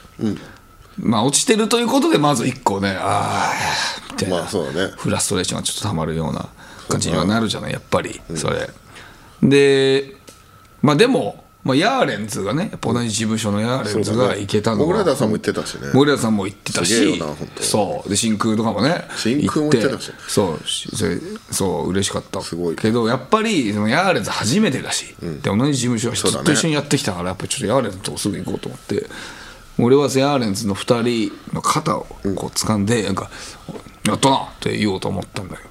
Speaker 3: まあ落ちてるということでまず一個ねああみたいな、
Speaker 2: まあそうだね
Speaker 3: フラストレーションがちょっとたまるような感じにはなるじゃないやっぱりそれ、でまあでも、まあ、ヤーレンズがねやっぱ同じ事務所のヤーレンズが行けたの
Speaker 2: モグラダ
Speaker 3: は
Speaker 2: さんも言ってたしね。
Speaker 3: 森田さんも行ってた
Speaker 2: すげえ
Speaker 3: し
Speaker 2: よな本当
Speaker 3: そうで真空とかもね
Speaker 2: 真空も行ってたし
Speaker 3: そうしそれそう嬉しかった
Speaker 2: すごい
Speaker 3: けどやっぱりそのヤーレンズ初めてだし、で同じ事務所はず
Speaker 2: うだ
Speaker 3: っ
Speaker 2: ね
Speaker 3: と一緒にやってきたから、やっぱりちょっとヤーレンズのとこすぐ行こうと思って俺はヤーレンズの2人の肩をこう掴んで、なんか「やったな!」って言おうと思ったんだよ、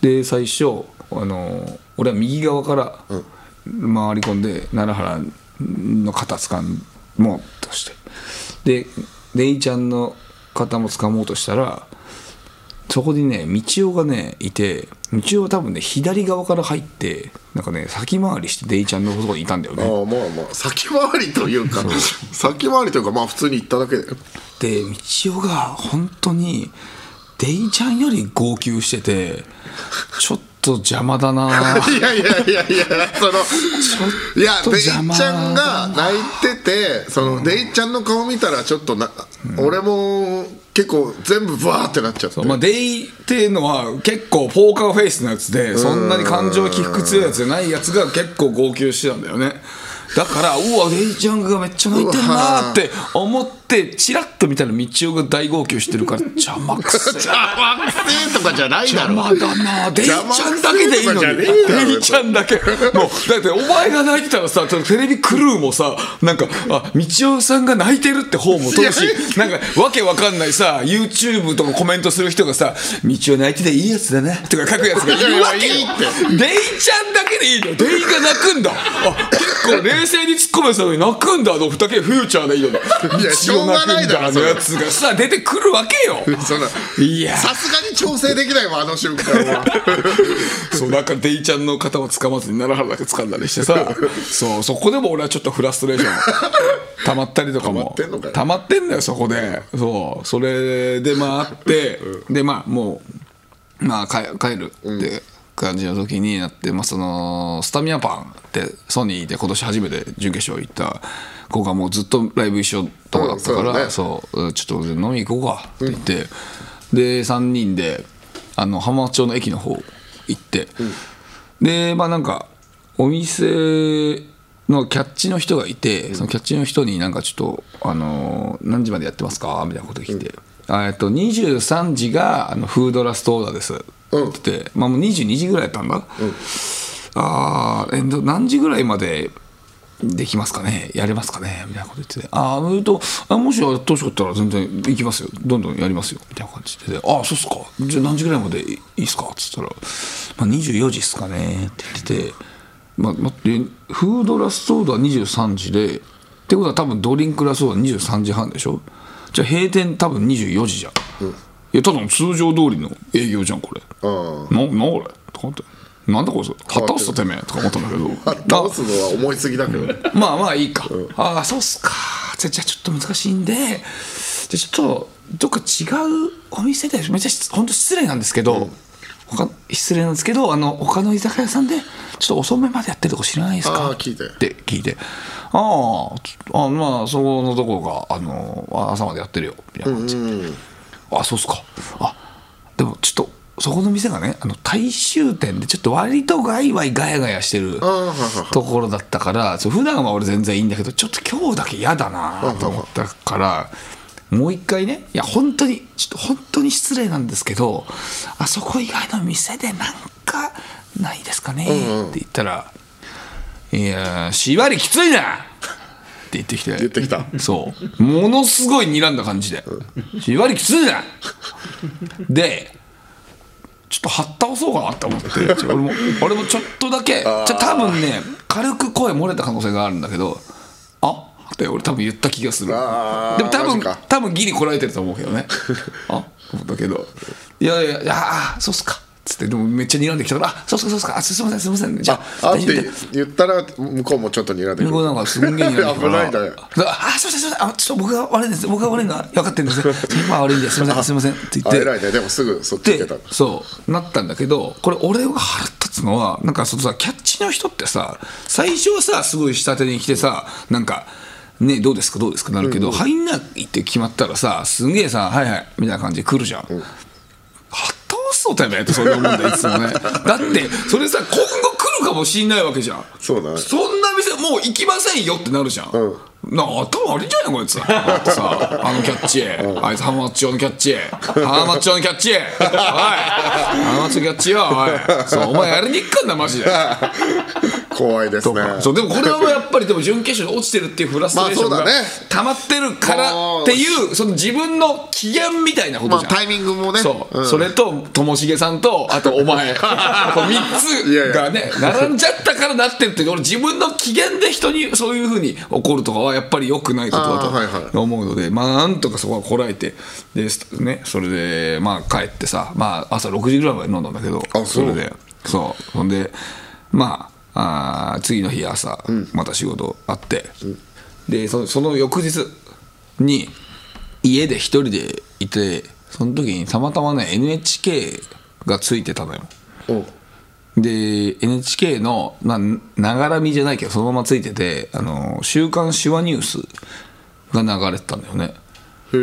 Speaker 3: で最初あの俺は右側から回り込んで奈良原の肩掴もうとしてでレイちゃんの肩も掴もうとしたらそこにね道夫がねいて道夫は多分ね左側から入ってなんかね先回りしてデイちゃんのところにいたんだよ
Speaker 2: あ
Speaker 3: ね
Speaker 2: あまあまあ先回りというか先回りというかまあ普通に行っただけで
Speaker 3: で道夫が本当にデイちゃんより号泣しててちょっと邪魔 だなちょっ
Speaker 2: いやいやいやいやそのいや
Speaker 3: と
Speaker 2: デイち
Speaker 3: 邪
Speaker 2: ゃん
Speaker 3: 魔
Speaker 2: が泣いててそのデイちゃんの顔見たらちょっとな、俺も結構全部バーってなっちゃって、
Speaker 3: まあ、デイっていうのは結構ポーカーフェイスのやつでそんなに感情起伏強いやつじゃないやつが結構号泣してたんだよねだからうわデイちゃんがめっちゃ泣いてるなーって思ってチラッと見たら道夫が大号泣してるから邪魔 くせえ
Speaker 2: 惑星とかじゃないだ
Speaker 3: 邪魔だなデイちゃんだけでいい
Speaker 2: 邪魔
Speaker 3: の
Speaker 2: くせえ
Speaker 3: に
Speaker 2: とかじゃねえだろ
Speaker 3: デイちゃんだけもうだってお前が泣いてたらさテレビクルーもさなんかあ道夫さんが泣いてるって方も撮る
Speaker 2: いやい
Speaker 3: しなんかわけわかんないさ YouTube とかコメントする人がさ「道夫泣いてていいやつだね」とか書くやつがいるわけよ
Speaker 2: いやいやいいっ
Speaker 3: デイちゃんだけでいいのデイが泣くんだあ結構こう冷静に突っ込めたのに泣くんだあの二毛フューチャーでいいよね
Speaker 2: いやしょうがないだろ
Speaker 3: あのやつがさ出てくるわけよ
Speaker 2: そんない
Speaker 3: や
Speaker 2: さすがに調整できないわあの瞬間 は
Speaker 3: そうなんかデイちゃんの肩をつかまずに奈良原だけ掴んだりしてさそうそこでも俺はちょっとフラストレーシ ョン溜まったりとかも
Speaker 2: 溜まってんのかよ
Speaker 3: 溜まってんだよそこでそうそれでまああって、でまあもうまあ帰帰るって感じの時になって、まあ、そのスタミナパンってソニーで今年初めて準決勝行った子がもうずっとライブ一緒とかだったから、
Speaker 2: うん
Speaker 3: そう、うんちょっと飲み行こうかって言って、で3人であの浜松町の駅の方行って、でまあなんかお店のキャッチの人がいて、そのキャッチの人になんかちょっと、あのー何時までやってますかみたいなこと聞いて、あえっと23時があのフードラストオーダーですって言ってて、まあ、もう22時ぐらいやったんだ、あーえど何時ぐらいまでできますかねやれますかねみたいなこと言っててああ言うとあもしやってほしかったら全然行きますよどんどんやりますよみたいな感じでああそうっすかじゃあ何時ぐらいまでいいっすかっつったら、まあ、24時っすかねって言ってて、まあ、待ってフードラストオーダー23時でってことは多分ドリンクラストオーダー23時半でしょじゃあ閉店多分24時じゃん、いやただの通常通りの営業じゃんこれ
Speaker 2: うん
Speaker 3: ななんこれとか思ってなんだこいつはったおすぞてめえとか思ったんだけど
Speaker 2: 倒すのは思いすぎだけど
Speaker 3: あまあまあいいか、ああそうっすかじゃあじゃあちょっと難しいんでじゃあちょっとどっか違うお店でめっちゃ失本当失礼なんですけど、他失礼なんですけどあの他の居酒屋さんでちょっと遅めまでやってるとこ知らないですか
Speaker 2: あー聞いたよ
Speaker 3: って聞いて「ああちょあまあそこのとこがあの朝までやってるよ」みたいな感じであそうっすかあでもちょっとそこの店がねあの大衆店でちょっと割とガイワイガヤガヤしてるところだったからそう普段は俺全然いいんだけどちょっと今日だけ嫌だなと思ったからもう一回ねいや本当にちょっと本当に失礼なんですけどあそこ以外の店でなんかないですかねって言ったら「いやー縛りきついな!」って言ってきて
Speaker 2: 言ってきた
Speaker 3: そうものすごい睨んだ感じで「縛りきついな!」でちょっとはったおそうかなって思ってちょ俺も俺もちょっとだけじゃ多分ね軽く声漏れた可能性があるんだけど「あって俺多分言った気がする
Speaker 2: あー
Speaker 3: でも多
Speaker 2: マジ
Speaker 3: 分
Speaker 2: か
Speaker 3: 多分ギリこらえてると思うけ どねあ思ったけど「いやいやいやあーそうっすか」つってでもめっちゃ睨んできたから「あそうっすかそうっすかあすいませんすいませんじゃあ
Speaker 2: あっ
Speaker 3: 大丈夫で
Speaker 2: て言ったら向こうもちょっと睨んでく
Speaker 3: 向こうなんかすんげえ嫌だ
Speaker 2: 危ないだよ
Speaker 3: あ、すいません、すいません。あ、ちょっと僕が悪いんです。僕が悪いのは分かってるんですよ。今は悪いんです。すいません、すいません。って言っ
Speaker 2: あ
Speaker 3: て。
Speaker 2: 偉いねでもすぐそっち行けた
Speaker 3: でそうなったんだけどこれ俺が腹立つのはなんかそのさキャッチの人ってさ最初はさすごい下手に来てさなんか。ね、どうですかどうですかなるけど、入んないって決まったらさすげえさ「はいはい」みたいな感じで来るじゃん、はったおすぞてめえってそんなもんだよいつ もねだってそれさ今後来るかもしんないわけじゃん
Speaker 2: そうだね
Speaker 3: そんな店もう行きませんよってなるじゃん、なんか頭悪いんじゃないこいつだって さあのキャッチ、あいつ浜松町のキャッチ浜松町のキャッチおい浜松町のキャッチよおいそうお前やりに行くかんだ マジで
Speaker 2: 怖いですね
Speaker 3: そうでもこれはもうやっぱりでも準決勝で落ちてるっていうフラストレーション
Speaker 2: まあ
Speaker 3: が
Speaker 2: そうだね
Speaker 3: 溜まってるからっていうその自分の機嫌みたいなことじゃん、
Speaker 2: まあタイミングもね
Speaker 3: そう、
Speaker 2: うん
Speaker 3: それとともしげさんとあとお 前この3つがね並んじゃったからなってるっていう俺自分の機嫌で人にそういうふうに怒るとかはやっぱり良くないことだと
Speaker 2: あーはいはい
Speaker 3: 思うので、まあなんとかそこはこらえてで、ね、それでまあ帰ってさ、まあ、朝6時ぐらいまで飲んだんだけど
Speaker 2: あそう
Speaker 3: れでそうほんでまああー次の日朝、また仕事あって、でそのその翌日に家で一人でいてその時にたまたまね NHK がついてたのよ
Speaker 2: お
Speaker 3: で NHK のまあながらみじゃないけどそのままついてて「あの週刊手話ニュース」が流れてたんだよね手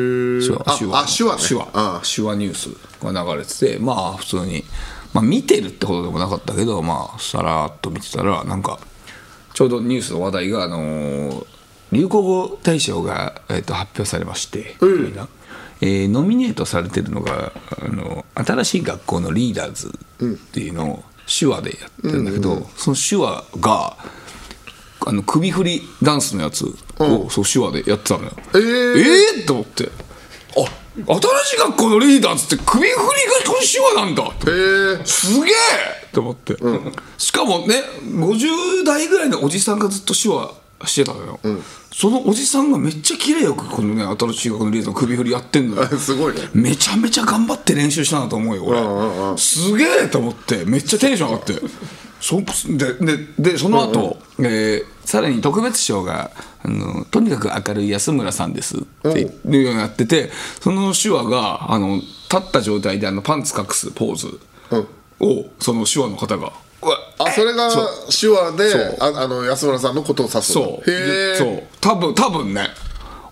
Speaker 3: 話
Speaker 2: あ
Speaker 3: 手話
Speaker 2: あ手話ね
Speaker 3: 手話
Speaker 2: ああ
Speaker 3: 手話ニュースが流れててまあ普通に、まあ、見てるってほどでもなかったけどまあさらっと見てたらなんかちょうどニュースの話題が、あのー流行語大賞が、えっと発表されまして、みんなえーノミネートされてるのが、あの新しい学校のリーダーズっていうのを手話でやってるんだけど、その手話があの首振りダンスのやつを、そう手話でやってたのよ。
Speaker 2: え
Speaker 3: え
Speaker 2: ー
Speaker 3: えと思ってあ新しい学校のリーダーっつって首振りが手話なんだって
Speaker 2: えー
Speaker 3: すげえと思って、しかもね50代ぐらいのおじさんがずっと手話してたのよ、そのおじさんがめっちゃ綺麗よくこのね新しい学のリーダーの首振りやってんのよ
Speaker 2: すごいね
Speaker 3: めちゃめちゃ頑張って練習したなと思うよ俺、すげえと思ってめっちゃテンション上がってそでででその後、えーさらに特別賞があの「とにかく明るい安村さんです」っていうようになっててその手話があの立った状態であのパンツ隠すポーズを、その手話の方が「うわ
Speaker 2: あそれが手話
Speaker 3: そう
Speaker 2: でああの安村さんのことを指す
Speaker 3: そう
Speaker 2: へえ
Speaker 3: そう多分多分ね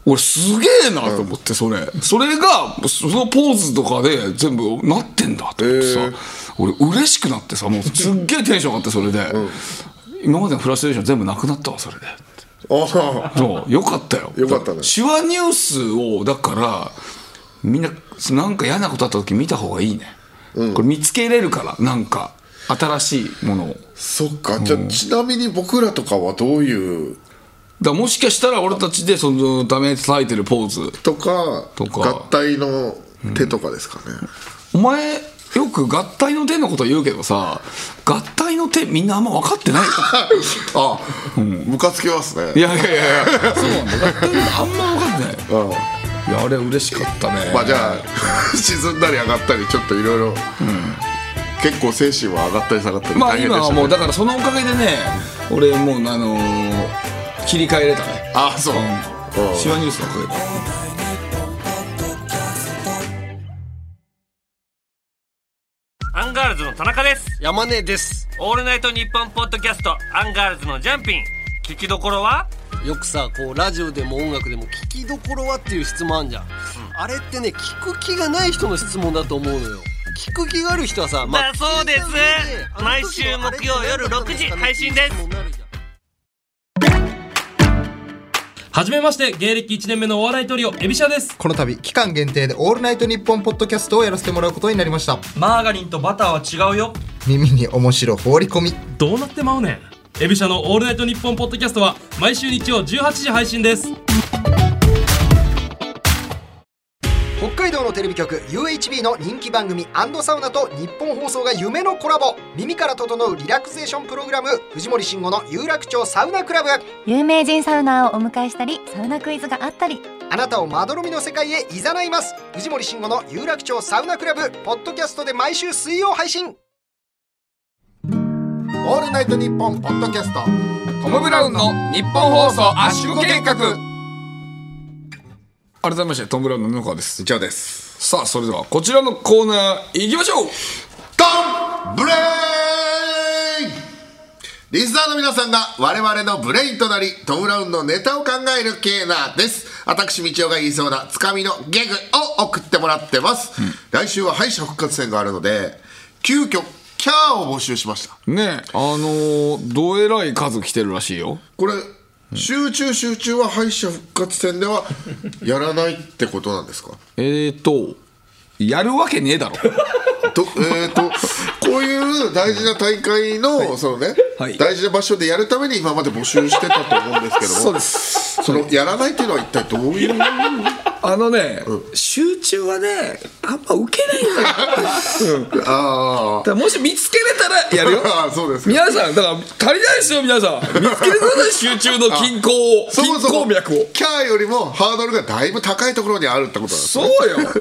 Speaker 3: 俺すげえなと思ってそれ、それがそのポーズとかで全部なってんだと思ってさ、俺嬉しくなってさもうすっげえテンション上がってそれで、今までのフラストレーション全部なくなったわそれで
Speaker 2: あ
Speaker 3: そうよかったよ
Speaker 2: よかったね
Speaker 3: 手話ニュースをだからみんななんか嫌なことあった時見た方がいいね、これ見つけれるからなんか新しいものを
Speaker 2: そっかじゃあちなみに僕らとかはどういう
Speaker 3: だからもしかしたら俺たちでそのダメ叩いてるポーズ
Speaker 2: とか
Speaker 3: とか
Speaker 2: 合体の手とかですかね、
Speaker 3: お前よく合体の手のこと言うけどさ合体の手みんなあんま分かってないよ
Speaker 2: あムカつきますね
Speaker 3: いやいやいやいやそうなんだ合体の手あんま分かってない
Speaker 2: うん
Speaker 3: いやあれ嬉しかったね
Speaker 2: まあじゃあ 沈んだり上がったりちょっといろいろ結構精神は上がったり下がったり
Speaker 3: ま
Speaker 2: 大
Speaker 3: あ
Speaker 2: 変で
Speaker 3: 今
Speaker 2: し
Speaker 3: は
Speaker 2: た
Speaker 3: も
Speaker 2: ね
Speaker 3: うだからそのおかげでね俺もうあのー切り替えれたね
Speaker 2: あそううん
Speaker 3: シワニュースのおかげで
Speaker 7: アンガールズの田中です
Speaker 8: 山根です
Speaker 7: オールナイトニッポンポッドキャストアンガールズのジャンピン聞きどころは
Speaker 8: よくさこうラジオでも音楽でも聞きどころはっていう質問あんじゃん、あれってね聞く気がない人の質問だと思うのよ聞く気がある人はさ、
Speaker 7: だそうです毎週木曜夜6時配信です
Speaker 6: はじめまして芸歴1年目のお笑いトリオエビシャです
Speaker 9: この度期間限定で「オールナイトニッポン」ポッドキャストをやらせてもらうことになりました
Speaker 7: マーガリンとバターは違うよ
Speaker 9: 耳に面白放り込み
Speaker 6: どうなってまうねんエビシャの「オールナイトニッポン」ポッドキャストは毎週日曜18時配信です
Speaker 9: 北海道のテレビ局 UHB の人気番組サウナと日本放送が夢のコラボ耳から整うリラクゼーションプログラム藤森慎吾の有楽町サウナクラブ
Speaker 10: 有名人サウナーをお迎えしたりサウナクイズがあったり
Speaker 9: あなたをまどろみの世界へいざないます藤森慎吾の有楽町サウナクラブポッドキャストで毎週水曜配信
Speaker 2: オールナイトニッポンポッドキャスト
Speaker 3: トム・ブラウンの日本放送圧縮計画改めましてトム・ブラウンの布川です
Speaker 2: 以上です
Speaker 3: さあそれではこちらのコーナーいきましょう
Speaker 2: ドンブレインリスナーの皆さんが我々のブレインとなりトム・ブラウンのネタを考えるコーナーです私道夫が言いそうなつかみのギャグを送ってもらってます、来週は敗者復活戦があるので急遽キャーを募集しました
Speaker 3: ねえあのーどえらい数来てるらしいよ
Speaker 2: これ、集中集中は敗者復活戦ではやらないってことなんですか
Speaker 3: えーとやるわけねえだろ
Speaker 2: とえー、とこういう大事な大会の,、そのね
Speaker 3: はい
Speaker 2: 大事な場所でやるために今まで募集してたと思うんですけども
Speaker 3: す
Speaker 2: そのやらないっていうのは一体どういう
Speaker 3: あのね、集中はねあんま受けないのよだ
Speaker 2: あ
Speaker 3: からもし見つけれたらやるよ
Speaker 2: あーそうですか
Speaker 3: 皆さんだから足りないですよ皆さん見つけてください集中の均 衡を
Speaker 2: そも
Speaker 3: 均
Speaker 2: そ
Speaker 3: 衡
Speaker 2: も
Speaker 3: 脈を
Speaker 2: キャーよりもハードルがだいぶ高いところにあるってことなんです
Speaker 3: そ
Speaker 2: ね
Speaker 3: うよ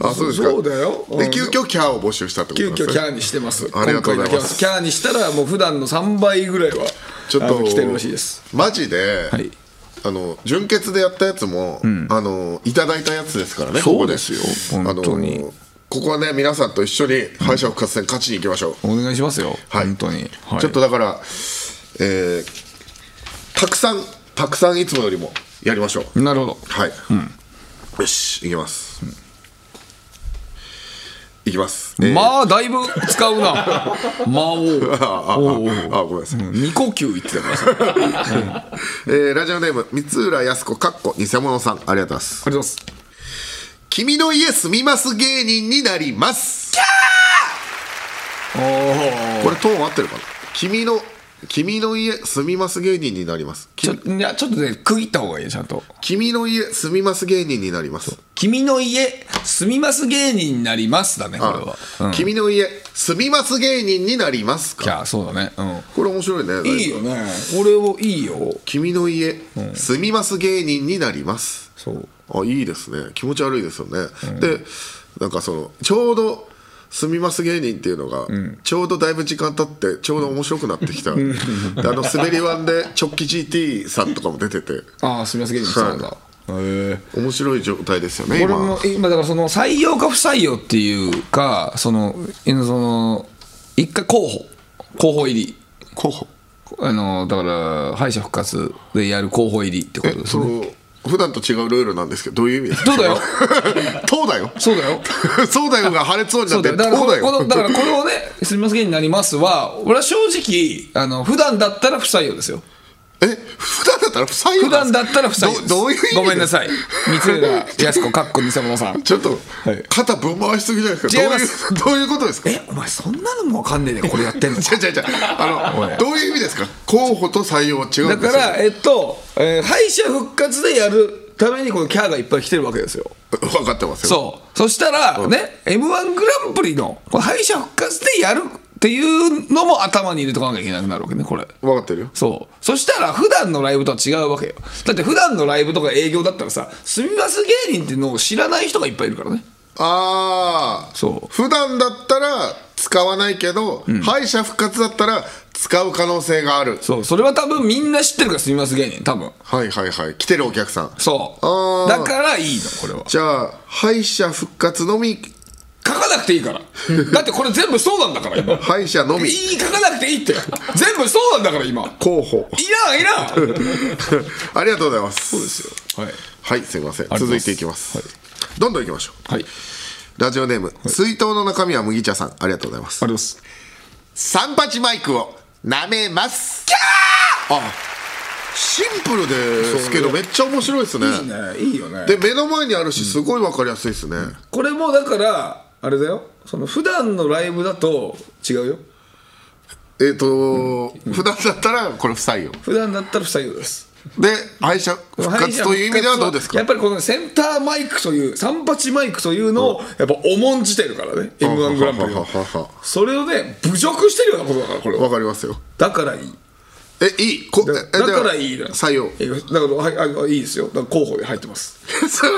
Speaker 2: あそうですか
Speaker 3: そうだよ
Speaker 2: で急遽キャーを募集したってこと
Speaker 3: 急
Speaker 2: なんですね
Speaker 3: 遽キャーにしてます
Speaker 2: ありがとうございます
Speaker 3: 今回のキャーキャーにしたらもう普段の3倍ぐらいは
Speaker 2: ちょっ
Speaker 3: あ
Speaker 2: と
Speaker 3: の来てるらしいです
Speaker 2: マジで、
Speaker 3: はい
Speaker 2: あの純潔でやったやつも、あのいただいたやつですからね
Speaker 3: そうですよ
Speaker 2: ここで
Speaker 3: 本当に
Speaker 2: あのここはね皆さんと一緒に敗者復活戦勝ちに行きましょう、
Speaker 3: お願いしますよ、
Speaker 2: はい
Speaker 3: 本当に、はい
Speaker 2: ちょっとだから、えー、たくさんたくさんいつもよりもやりましょう
Speaker 3: なるほど
Speaker 2: はい、よしいきます、いきます、えー
Speaker 3: まあだいぶ使う な間を
Speaker 2: あああ
Speaker 3: おうおう
Speaker 2: あごめんなさい、
Speaker 3: 二呼吸言ってたからさありがとう
Speaker 2: えーラジオネーム三浦靖子かっこ偽物さんありがとうございます
Speaker 3: ございます
Speaker 2: 君の家住みます芸人になります
Speaker 3: おー
Speaker 2: これトーン合ってるかな君の君の家住みます芸人になります
Speaker 3: ちょいやちょっとね区切った方がいいよちゃんと
Speaker 2: 君の家住みます芸人になります
Speaker 3: 君の家住みます芸人になりますだねこれは、うん、
Speaker 2: 君の家住みます芸人になります
Speaker 3: いやそうだね、
Speaker 2: これ面白いねだぶ
Speaker 3: うん、いいよねこれをいいよ
Speaker 2: 君の家住みます芸人になります
Speaker 3: そう
Speaker 2: あいいですね気持ち悪いですよね、でなんかそのちょうど住みます芸人っていうのが、ちょうどだいぶ時間経ってちょうど面白くなってきた、であの滑り湾で直帰 GT さんとかも出てて
Speaker 3: ああ住みます芸人そうなんだ、へえ
Speaker 2: 面白い状態ですよね
Speaker 3: 俺
Speaker 2: 今
Speaker 3: も今だからその採用か不採用っていうかその今その一回候補候補入り
Speaker 2: 候補
Speaker 3: あのだから敗者復活でやる候補入りってこ
Speaker 2: え
Speaker 3: とです
Speaker 2: そ
Speaker 3: ね
Speaker 2: の普段と違うルールなんですけどどういう意味ですか
Speaker 3: そうだよ
Speaker 2: そうだよ
Speaker 3: そうだよ
Speaker 2: そうだよが破裂そうにな
Speaker 3: そう
Speaker 2: って
Speaker 3: だ
Speaker 2: そ
Speaker 3: よ
Speaker 2: う
Speaker 3: だ
Speaker 2: だ
Speaker 3: からこの
Speaker 2: よ
Speaker 3: このだからこれをね「すみませんになりますは」俺は正直あの普段だったら不採用ですよ
Speaker 2: え普段だったら不採用
Speaker 3: 普
Speaker 2: な
Speaker 3: 段
Speaker 2: んで
Speaker 3: だったら不採用です
Speaker 2: どどういう意味です
Speaker 3: ごめんなさい三浦靖子かっこ偽物さん
Speaker 2: すかちょっと
Speaker 3: はい
Speaker 2: 肩ぶん回しすぎじゃないですか
Speaker 3: 違いま
Speaker 2: どうい
Speaker 3: す
Speaker 2: うどういうことですか
Speaker 3: えお前そんなのもわかんねえでこれやってんの
Speaker 2: 違う違う違うあ
Speaker 3: おい
Speaker 2: のどういう意味ですか候補と採用は違う
Speaker 3: だ
Speaker 2: んで
Speaker 3: か
Speaker 2: すよ
Speaker 3: ら、えっと、えー敗者復活でやるために、このキャーがいっぱい来てるわけですよ。
Speaker 2: 分かってますよ
Speaker 3: そう。そしたら、
Speaker 2: うん
Speaker 3: ね、m 1グランプリの、この敗者復活でやるっていうのも頭に入れとかなきゃいけなくなるわけね、これ。
Speaker 2: 分かってるよ
Speaker 3: そう。そしたら、普段のライブとは違うわけよ。だって、普段のライブとか営業だったらさ、すみます芸人っていうのを知らない人がいっぱいいるからね。
Speaker 2: ああ
Speaker 3: そう
Speaker 2: 普段だったら使わないけど、敗者復活だったら使う可能性がある
Speaker 3: そう。それは多分みんな知ってるから、すみます芸人、多分。
Speaker 2: はいはいはい来てるお客さん
Speaker 3: そ
Speaker 2: あ
Speaker 3: う。
Speaker 2: ー
Speaker 3: だからいいの、これは。
Speaker 2: じゃあ敗者復活のみ
Speaker 3: 書かなくていいから。だってこれ全部そうなんだから、今。
Speaker 2: 敗者のみ
Speaker 3: いい書かなくていいって全部そうなんだから今い
Speaker 2: 候補
Speaker 3: らんいらん
Speaker 2: ありがとうございますそうですよ
Speaker 3: はい
Speaker 2: はいすいません
Speaker 3: ありがとうござい
Speaker 2: 続い
Speaker 3: ます
Speaker 2: ていきます、どんどんいきましょう
Speaker 3: はいありがとう
Speaker 2: ラジオネーム、水筒の中身は麦茶さんありがとうございます
Speaker 3: ございます
Speaker 2: 三八マイクを舐めますあシンプルですけどめっちゃ面白いですね
Speaker 3: いいよね
Speaker 2: で目の前にあるしすごいわかりやすいですね、
Speaker 3: これもだからあれだよその普段のライブだと違うよ
Speaker 2: えっ、と、普段だったらこれ不採用
Speaker 3: 普段だったら不採用です
Speaker 2: で敗者復活という意味ではどうですか
Speaker 3: やっぱりこのセンターマイクという三八マイクというのをやっぱ重んじてるからね m 1グランプリ
Speaker 2: は
Speaker 3: は
Speaker 2: ははは
Speaker 3: それをね侮辱してるようなことだからこれ
Speaker 2: わ
Speaker 3: は
Speaker 2: かりますよ
Speaker 3: だからいい
Speaker 2: えいいこ
Speaker 3: だ
Speaker 2: え
Speaker 3: だからいい
Speaker 2: じゃ
Speaker 3: な
Speaker 2: あ採用
Speaker 3: だからはいあいいですよだから候補で入って ます
Speaker 2: その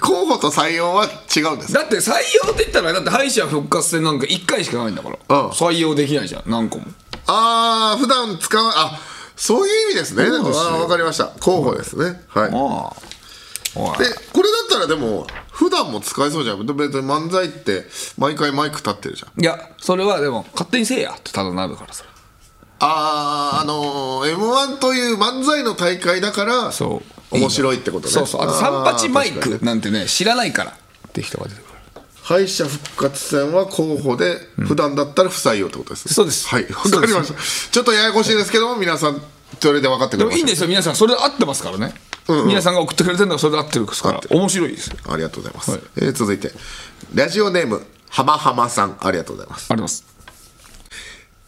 Speaker 2: 候補と採用は違うんです
Speaker 3: だって採用って言ったらだって敗者復活戦なんか1回しかないんだから
Speaker 2: ああ
Speaker 3: 採用できないじゃん何個も
Speaker 2: ああ普段使わあそういう意味ですね
Speaker 3: そうですよ
Speaker 2: あーわかりました候補ですねはい
Speaker 3: ああ
Speaker 2: でこれだったらでも普段も使えそうじゃん別に漫才って毎回マイク立ってるじゃん
Speaker 3: いやそれはでも勝手にせえやってただなるからさ
Speaker 2: あああの m 1という漫才の大会だから
Speaker 3: そう
Speaker 2: 面白いってことね
Speaker 3: そうそうあと三八マイ
Speaker 2: あー確かに
Speaker 3: クなんてね知らないからって人が出てくる
Speaker 2: 敗者復活戦は候補で普段だったら不採用ってことですね、
Speaker 3: そうです
Speaker 2: はいわかりましたちょっとややこしいですけども皆さんそれで分かってくれ
Speaker 3: でも
Speaker 2: ま
Speaker 3: いい
Speaker 2: し
Speaker 3: んですよ皆さんそれで合ってますからね皆さんが送ってくれてるのはそれで合ってるか
Speaker 2: 合
Speaker 3: ら
Speaker 2: ってる
Speaker 3: 面白いですよ
Speaker 2: たありがとうございます、
Speaker 3: はい
Speaker 2: えー続いてラジオネームはまはまさんありがとうございます
Speaker 3: あります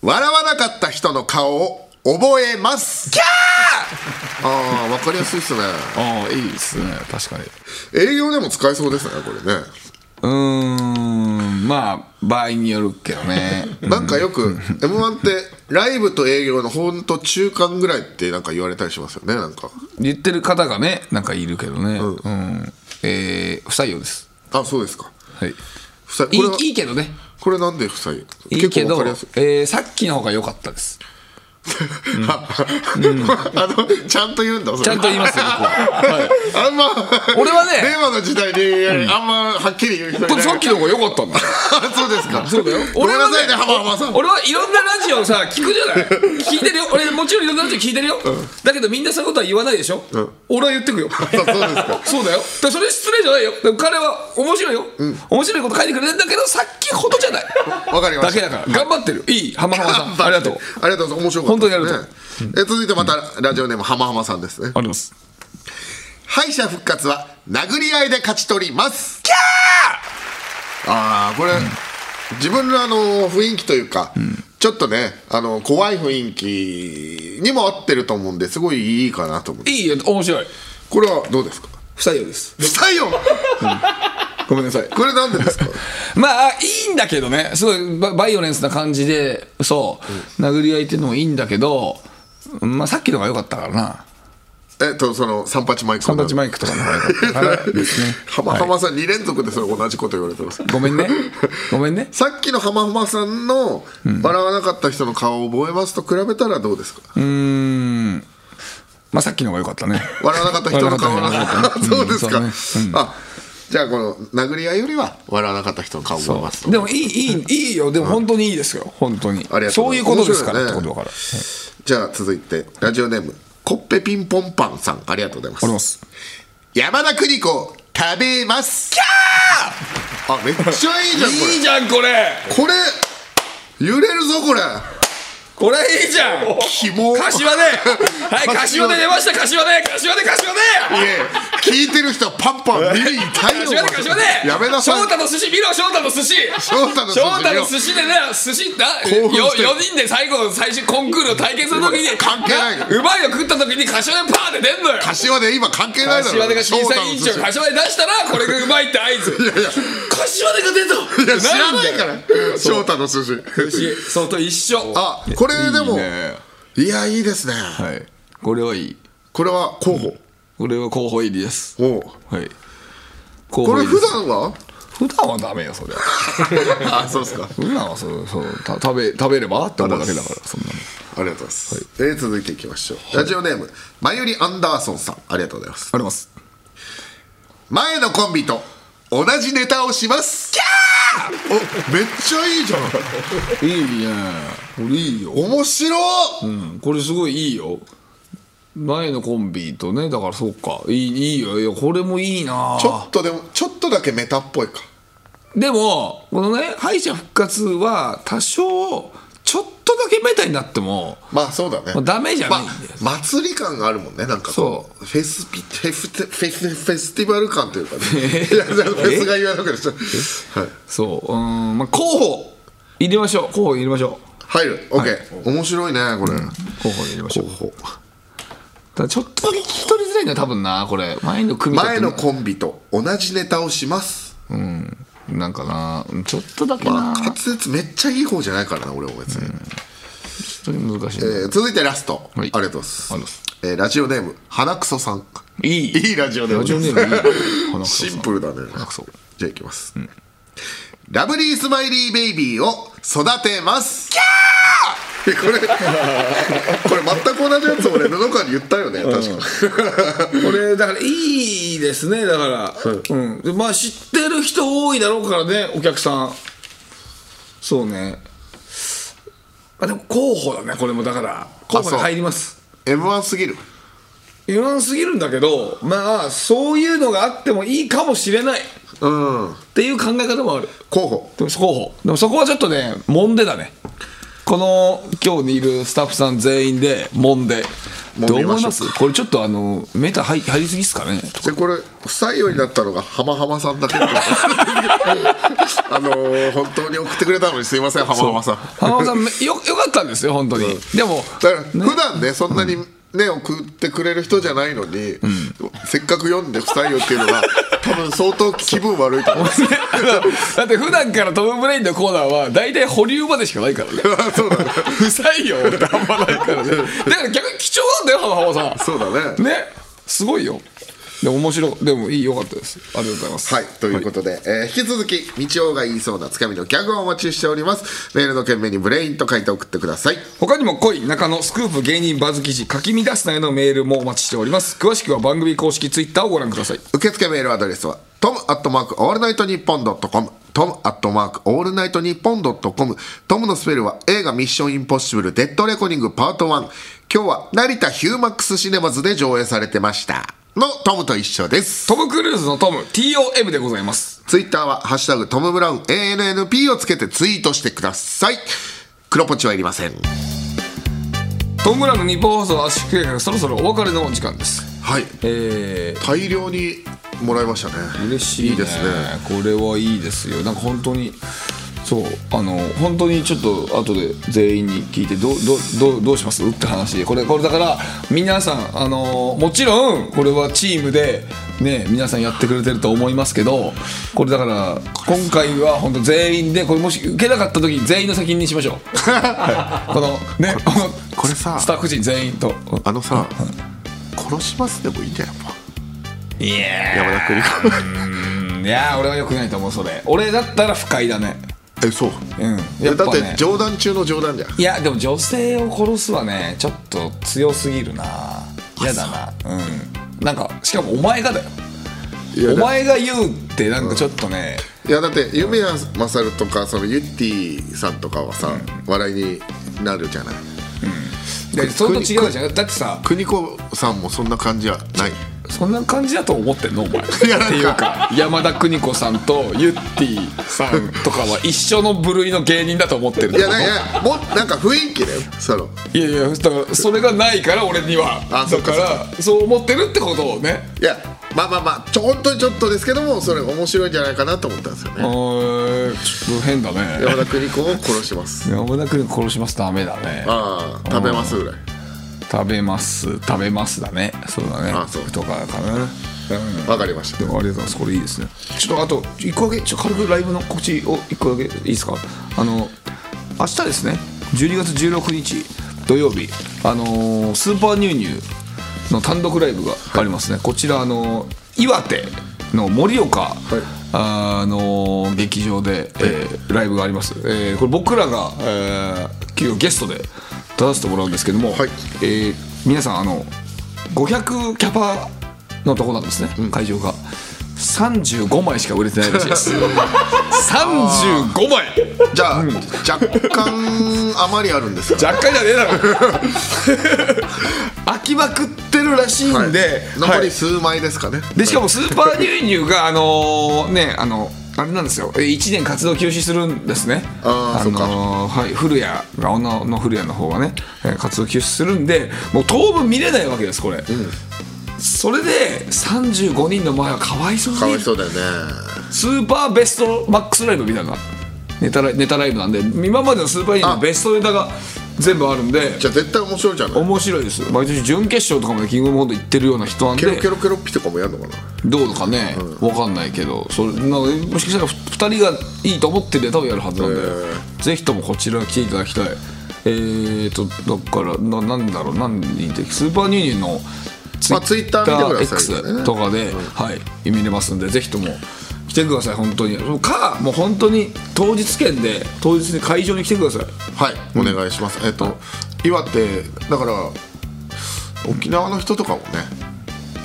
Speaker 2: 笑わなかった人の顔を覚えますキャーああ分かりやすいですね
Speaker 3: ああいいですね確かに
Speaker 2: 営業でも使えそうですねこれね
Speaker 3: うーんまあ場合によるけど ね
Speaker 2: なんかよく m 1ってライブと営業のほんと中間ぐらいってなんか言われたりしますよねなんか
Speaker 3: 言ってる方がねなんかいるけどね、うんえー不採用です、
Speaker 2: あそうですか
Speaker 3: はい、
Speaker 2: 不採
Speaker 3: いい
Speaker 2: これはい
Speaker 3: いけどね
Speaker 2: これなんで不採用
Speaker 3: いいけ
Speaker 2: 結構わか
Speaker 3: ど、え
Speaker 2: りやすい、
Speaker 3: ーさっきの方が良かったです
Speaker 2: あのちゃんと言うんだそれ
Speaker 3: ちゃんと言いますよ僕は
Speaker 2: あんま
Speaker 3: 俺は ね
Speaker 2: 令和の時代にあんまはっきり言う人いない
Speaker 3: これさっきの方が良かったんだ
Speaker 2: あ そうですか
Speaker 3: そうだよ
Speaker 2: ごめんなさいね
Speaker 3: 俺は
Speaker 2: 浜浜さん
Speaker 3: 俺はいろんなラジオをさ聞くじゃない聞いてるよ俺もちろんいろんなラジオ聞いてるよ、だけどみんなそういうことは言わないでしょ、
Speaker 2: ん
Speaker 3: 俺は言ってくよ
Speaker 2: そうですか
Speaker 3: そうだよだからそれ失礼じゃないよでも彼は面白いよ、面白いこと書いてくれてんだけどさっきほどじゃない
Speaker 2: わかりま
Speaker 3: だ
Speaker 2: した
Speaker 3: けだから頑張ってるいい浜浜さんありがとう
Speaker 2: ありがとうございます面白かった
Speaker 3: 本当にありがとう
Speaker 2: ですねえ続いてまたラジオネーム浜浜さんですね
Speaker 3: あります
Speaker 2: 敗者復活は殴り合いで勝ち取りますキャーああこれ、自分のあの雰囲気というか、ちょっとねあの怖い雰囲気にも合ってると思うんですごいいいかなと思って
Speaker 3: いいよ面白い
Speaker 2: これはどうですか
Speaker 3: 不採用です
Speaker 2: 不採用
Speaker 3: ごめんなさい
Speaker 2: これなんでです か
Speaker 3: まあいいんだけどねすごいババイオレンスな感じでそう殴り合いっていうのもいいんだけど、まあ、さっきのが良かったからな
Speaker 2: えっとその三八マイク
Speaker 3: サンタッチマイクとかの方が良かったからですね
Speaker 2: 浜浜さん2連続でそれ同じこと言われてます
Speaker 3: ごめんねごめんね
Speaker 2: さっきの浜浜さんの笑わなかった人の顔を覚えますと比べたらどうですか
Speaker 3: うーんまあさっきのが良かったね
Speaker 2: 笑わなかった人の顔
Speaker 3: 笑わなかった
Speaker 2: が
Speaker 3: 人の顔
Speaker 2: そうですか、
Speaker 3: うんそうねうん
Speaker 2: あじゃあこの殴り合いよりは笑わなかった人の顔を覚えますと
Speaker 3: でもいいいいいいよでも本当にいいですよ本当に
Speaker 2: ありがとう
Speaker 3: そ
Speaker 2: ご
Speaker 3: う
Speaker 2: ざ
Speaker 3: い
Speaker 2: いうます
Speaker 3: ことですから、
Speaker 2: 面
Speaker 3: って
Speaker 2: 白いね
Speaker 3: ことだから、はい
Speaker 2: じゃあ続いてラジオネームコッペピンポンパンさんありがとうございます
Speaker 3: あります
Speaker 2: 山田邦子食べますキャーあめっちゃいいじゃんこ
Speaker 3: いいじゃんこれ
Speaker 2: れこれ揺れるぞこれ
Speaker 3: これいいじゃん
Speaker 2: キモ
Speaker 3: 柏で、はい、柏で出ました柏で柏で柏で
Speaker 2: いや聞いてる人はパンパン耳痛いよ
Speaker 3: 柏で柏で
Speaker 2: やめなさい
Speaker 3: 翔太の寿司見ろ翔太の寿司
Speaker 2: 翔太の寿司
Speaker 3: 翔太の寿司でね寿司だ
Speaker 2: 興奮してる
Speaker 3: 4人で最後の最終コンクールを体験するときに
Speaker 2: 関係ないから
Speaker 3: うまいの食ったときに柏でパーって出んのよ
Speaker 2: 柏で今関係ないだろ
Speaker 3: 柏でが審査委員
Speaker 2: 翔
Speaker 3: 長
Speaker 2: 太の
Speaker 3: 柏で出したらこれがうまいって合図柏で
Speaker 2: 寿司い
Speaker 3: が出た
Speaker 2: や知らないか
Speaker 3: んだよ
Speaker 2: ら翔太の寿司
Speaker 3: 寿司そうと一緒
Speaker 2: あこれでもいやいいですね
Speaker 3: はいこれはいい
Speaker 2: これは候補
Speaker 3: これは候補入りです
Speaker 2: おう
Speaker 3: はい
Speaker 2: これ普段は
Speaker 3: 普段はダメよそれは
Speaker 2: あそうですか
Speaker 3: 普段はそうそうた食べ食べればって思うだけだからそんなの
Speaker 2: ありがとうございます、えー続いていきましょう、ラジオネームまゆりアンダーソンさんありがとうございます
Speaker 3: あります
Speaker 2: 前のコンビと同じネタをしますキャーおめっちゃいいじゃん
Speaker 3: いいねこれいいよ、
Speaker 2: 面白い、
Speaker 3: うん、これすごいいいよ前のコンビとねだからそうかいいいいよいやこれもいいな
Speaker 2: ちょっとでもちょっとだけメタっぽいか
Speaker 3: でもこのね敗者復活は多少ちょっとだけメタになっても
Speaker 2: まあそうだね、
Speaker 3: まあダメじゃないんだよ
Speaker 2: まあ祭り感があるもんねなんかこうフェスピフェフテフェスフェスティバル感という かねいやフェスが言わなくなっちゃう、はい、
Speaker 3: そううんまあ候補入れましょう候補入れましょ
Speaker 2: 入る OK、面白いねこれ、
Speaker 3: う候補入れましょう
Speaker 2: 候補
Speaker 3: ただちょっとだけ聞き取りづらいんだよ多分なこれ前の組と
Speaker 2: 前のコンビと同じネタをします
Speaker 3: なんかなちょっとだけな、
Speaker 2: まあ滑舌めっちゃいい方じゃないからな俺も別に、
Speaker 3: それ難しいな、
Speaker 2: えー続いてラスト、
Speaker 3: はい
Speaker 2: ありがとうございます
Speaker 3: ありがとうございます
Speaker 2: えーラジオネーム花くそさん
Speaker 3: いい
Speaker 2: いいラジオネーム
Speaker 3: ラジオネームいいな鼻くそさん
Speaker 2: シンプルだね
Speaker 3: 鼻くそ
Speaker 2: じゃあいきます、ラブリースマイリーベイビーを育てますキャーこれこれ全く同じやつ俺布川に言ったよね確か、
Speaker 3: これだからいいですねだから、うんでまあ知ってる人多いだろうからねお客さんそうねあでも候補だねこれもだから候補に入ります
Speaker 2: m 1すぎる
Speaker 3: 言わんすぎるんだけどまあそういうのがあってもいいかもしれないっ
Speaker 2: うん
Speaker 3: ていう考え方もある
Speaker 2: 候補
Speaker 3: でも候補でもそこはちょっとね揉んでだねこの今日にいるスタッフさん全員で揉んで
Speaker 2: 揉みましょう
Speaker 3: どう思いますこれちょっとあのメタ入入りすぎっすかね
Speaker 2: でこれ不採用になったのが浜浜さん だけあのー本当に送ってくれたのにすいません浜浜さん
Speaker 3: 浜 尾さんめよよかったんですよ本当に、でも
Speaker 2: だから普段ねそんなにね送ってくれる人じゃないのに、せっかく読んで不採用っていうのが 多分相当気分悪いと思う
Speaker 3: だって普段からトム・ブレインのコーナーは大体保留までしかないから ね
Speaker 2: そうだね
Speaker 3: 不採用ってあんまないからねだから逆に貴重なんだよ浜尾さん
Speaker 2: そう だね
Speaker 3: ねすごいよでも面白いでもいいよかったですありがとうございます
Speaker 2: はいということで、えー引き続き道夫が言いそうなつかみのギャグをお待ちしておりますメールの件名に「ブレイン」と書いて送ってください
Speaker 3: 他にも恋中野スクープ芸人バズ記事書き乱すなへのメールもお待ちしております詳しくは番組公式ツイッターをご覧ください
Speaker 2: 受付メールアドレスはトムアットマークオールナイトニッポンドットコムトムアットマークオールナイトニッポンドットコムトムのスペルは映画ミッションインポッシブルデッドレコニングパート1今日は成田ヒューマックスシネマズで上映されてましたのトムと一緒です
Speaker 3: トム・クルーズのトム TOM でございます
Speaker 2: ツイッターはハッシュタグトムブラウン ANNP をつけてツイートしてください黒ポチはいりません
Speaker 3: トム・ブラウンの日本放送圧縮計画そろそろお別れのお時間です
Speaker 2: はい
Speaker 3: え
Speaker 2: 大量にもらいましたね
Speaker 3: ー、嬉しい,、ね、
Speaker 2: いいですね
Speaker 3: これはいいですよなんか本当にそうあの本当にちょっと後で全員に聞いてどうどうどうどうしますって話でこれこれだから皆さんあのもちろんこれはチームでね皆さんやってくれてると思いますけどこれだから今回は本当全員でこれもし受けなかった時全員の責任にしましょう、はい、このねこの
Speaker 2: これさ
Speaker 3: スタッフ陣全員と
Speaker 2: あのさ殺しますでもいいんだよやっ
Speaker 3: い
Speaker 2: ぱ
Speaker 3: や
Speaker 2: 山田邦
Speaker 3: いやー俺はよくないと思うそれ俺だったら不快だね
Speaker 2: 子えそう
Speaker 3: うん
Speaker 2: いや
Speaker 3: やっぱ
Speaker 2: だっ
Speaker 3: ね
Speaker 2: て冗談中の冗談じゃん
Speaker 3: いやでも女性を殺すはねちょっと強すぎるな嫌だなうんなんかしかもお前がだよ
Speaker 2: いや
Speaker 3: お前が言うってなんかちょっとね、
Speaker 2: いやだって夢やまさるとかそのゆってぃさんとかはさ、笑いになるじゃない
Speaker 3: いやそれと違うじゃんだってさ
Speaker 2: 邦子さんもそんな感じはない
Speaker 3: そんな感じだと思ってんのお 前って
Speaker 2: やなんか
Speaker 3: いうか山田邦子さんとゆってぃさんとかは一緒の部類の芸人だと思ってるの
Speaker 2: いやなんかもなんか雰囲気だよその
Speaker 3: いやいやだからそれがないから俺には
Speaker 2: あそっ
Speaker 3: だ
Speaker 2: か
Speaker 3: からそう思ってるってことをね
Speaker 2: いやまあまあまあちょ本当にちょっとですけどもそれ面白いんじゃないかなと思ったんですよ
Speaker 3: う
Speaker 2: ね
Speaker 3: ーんちょっと変だね
Speaker 2: 山田邦子を殺します
Speaker 3: 山田君殺しますダメだね
Speaker 2: ああ食べますぐらい
Speaker 3: 食べます食べますだねそうだね
Speaker 2: あそう
Speaker 3: とかかなうん
Speaker 2: わかりました
Speaker 3: でもありがとうございますこれいいですねちょっとあと一個だけちょっと軽くライブの告知を一個だけいいですかあの明日ですね12月16日土曜日あのースーパーニューニューの単独ライブがありますね、こちらあのー岩手の盛岡、あのー劇場で、えーライブがあります、えーこれ僕らが、えー、今日ゲストで出させてもらうんですけども、
Speaker 2: はい
Speaker 3: えー皆さんあの500キャパのとこなんですね、会場が35枚しか売れてないらしいです 35枚
Speaker 2: じゃあ、若干余りあるんですか
Speaker 3: 若干じゃねえだろ 飽きまくってるらしいんで、
Speaker 2: 残
Speaker 3: は
Speaker 2: り
Speaker 3: い
Speaker 2: 数枚ですかね、
Speaker 3: でしかもスーパー牛乳があのーねあのあれなんですよ1年活動休止するんですね
Speaker 2: あー
Speaker 3: のーはい古谷が女の古谷の方はねえー活動休止するんでもう当分見れないわけですこれ、それで35人の前はかわいそうに
Speaker 2: かわいそうだよね
Speaker 3: スーパーベストマックスライブみたいなネタライネタライブなんで今までのスーパーニューのベストネタが全部あるんで
Speaker 2: じゃあ絶対面白いじゃない
Speaker 3: 面白いです毎年準決勝とかまでキングオブコント行ってるような人なん
Speaker 2: ケロ
Speaker 3: で
Speaker 2: ケロケロッピとかもやるのかな
Speaker 3: どうかね、わかんないけどそれなんかもしかしたら2人がいいと思ってるネタをやるはずなんで、ぜひともこちら来ていただきたいえーとだからななんだろう何でスーパーニューニューのツ
Speaker 2: まあ Twitter 見てください
Speaker 3: X とかで、はい見れますんでぜひとも来てください本当にかもう本当に当日券で当日に会場に来てください
Speaker 2: はい、お願いします。えっと、岩手、だから。沖縄の人とかもね。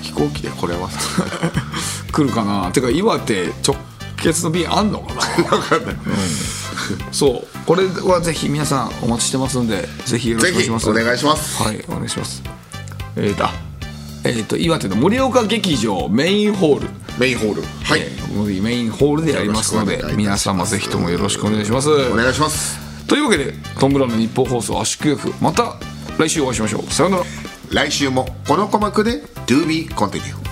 Speaker 2: 飛行機で来れ ます。
Speaker 3: 来るかなてか岩手直結の便あんの かなうんそうこれはぜひ皆さんお待ちしてますんでぜひよろしくお願いします
Speaker 2: ぜひお願いします
Speaker 3: はいお願いしますえーとあえーと岩手の盛岡劇場メインホール
Speaker 2: メインホール。はい。
Speaker 3: えーメインホールでやりますの
Speaker 2: よ
Speaker 3: で
Speaker 2: ろしくお願いいたします
Speaker 3: 皆様ぜひともよろしくお願いします
Speaker 2: お願いします。
Speaker 3: というわけでトムブラウンの日本放送圧縮役また来週お会いしましょうさようなら
Speaker 2: 来週もこの鼓膜で Do be continue。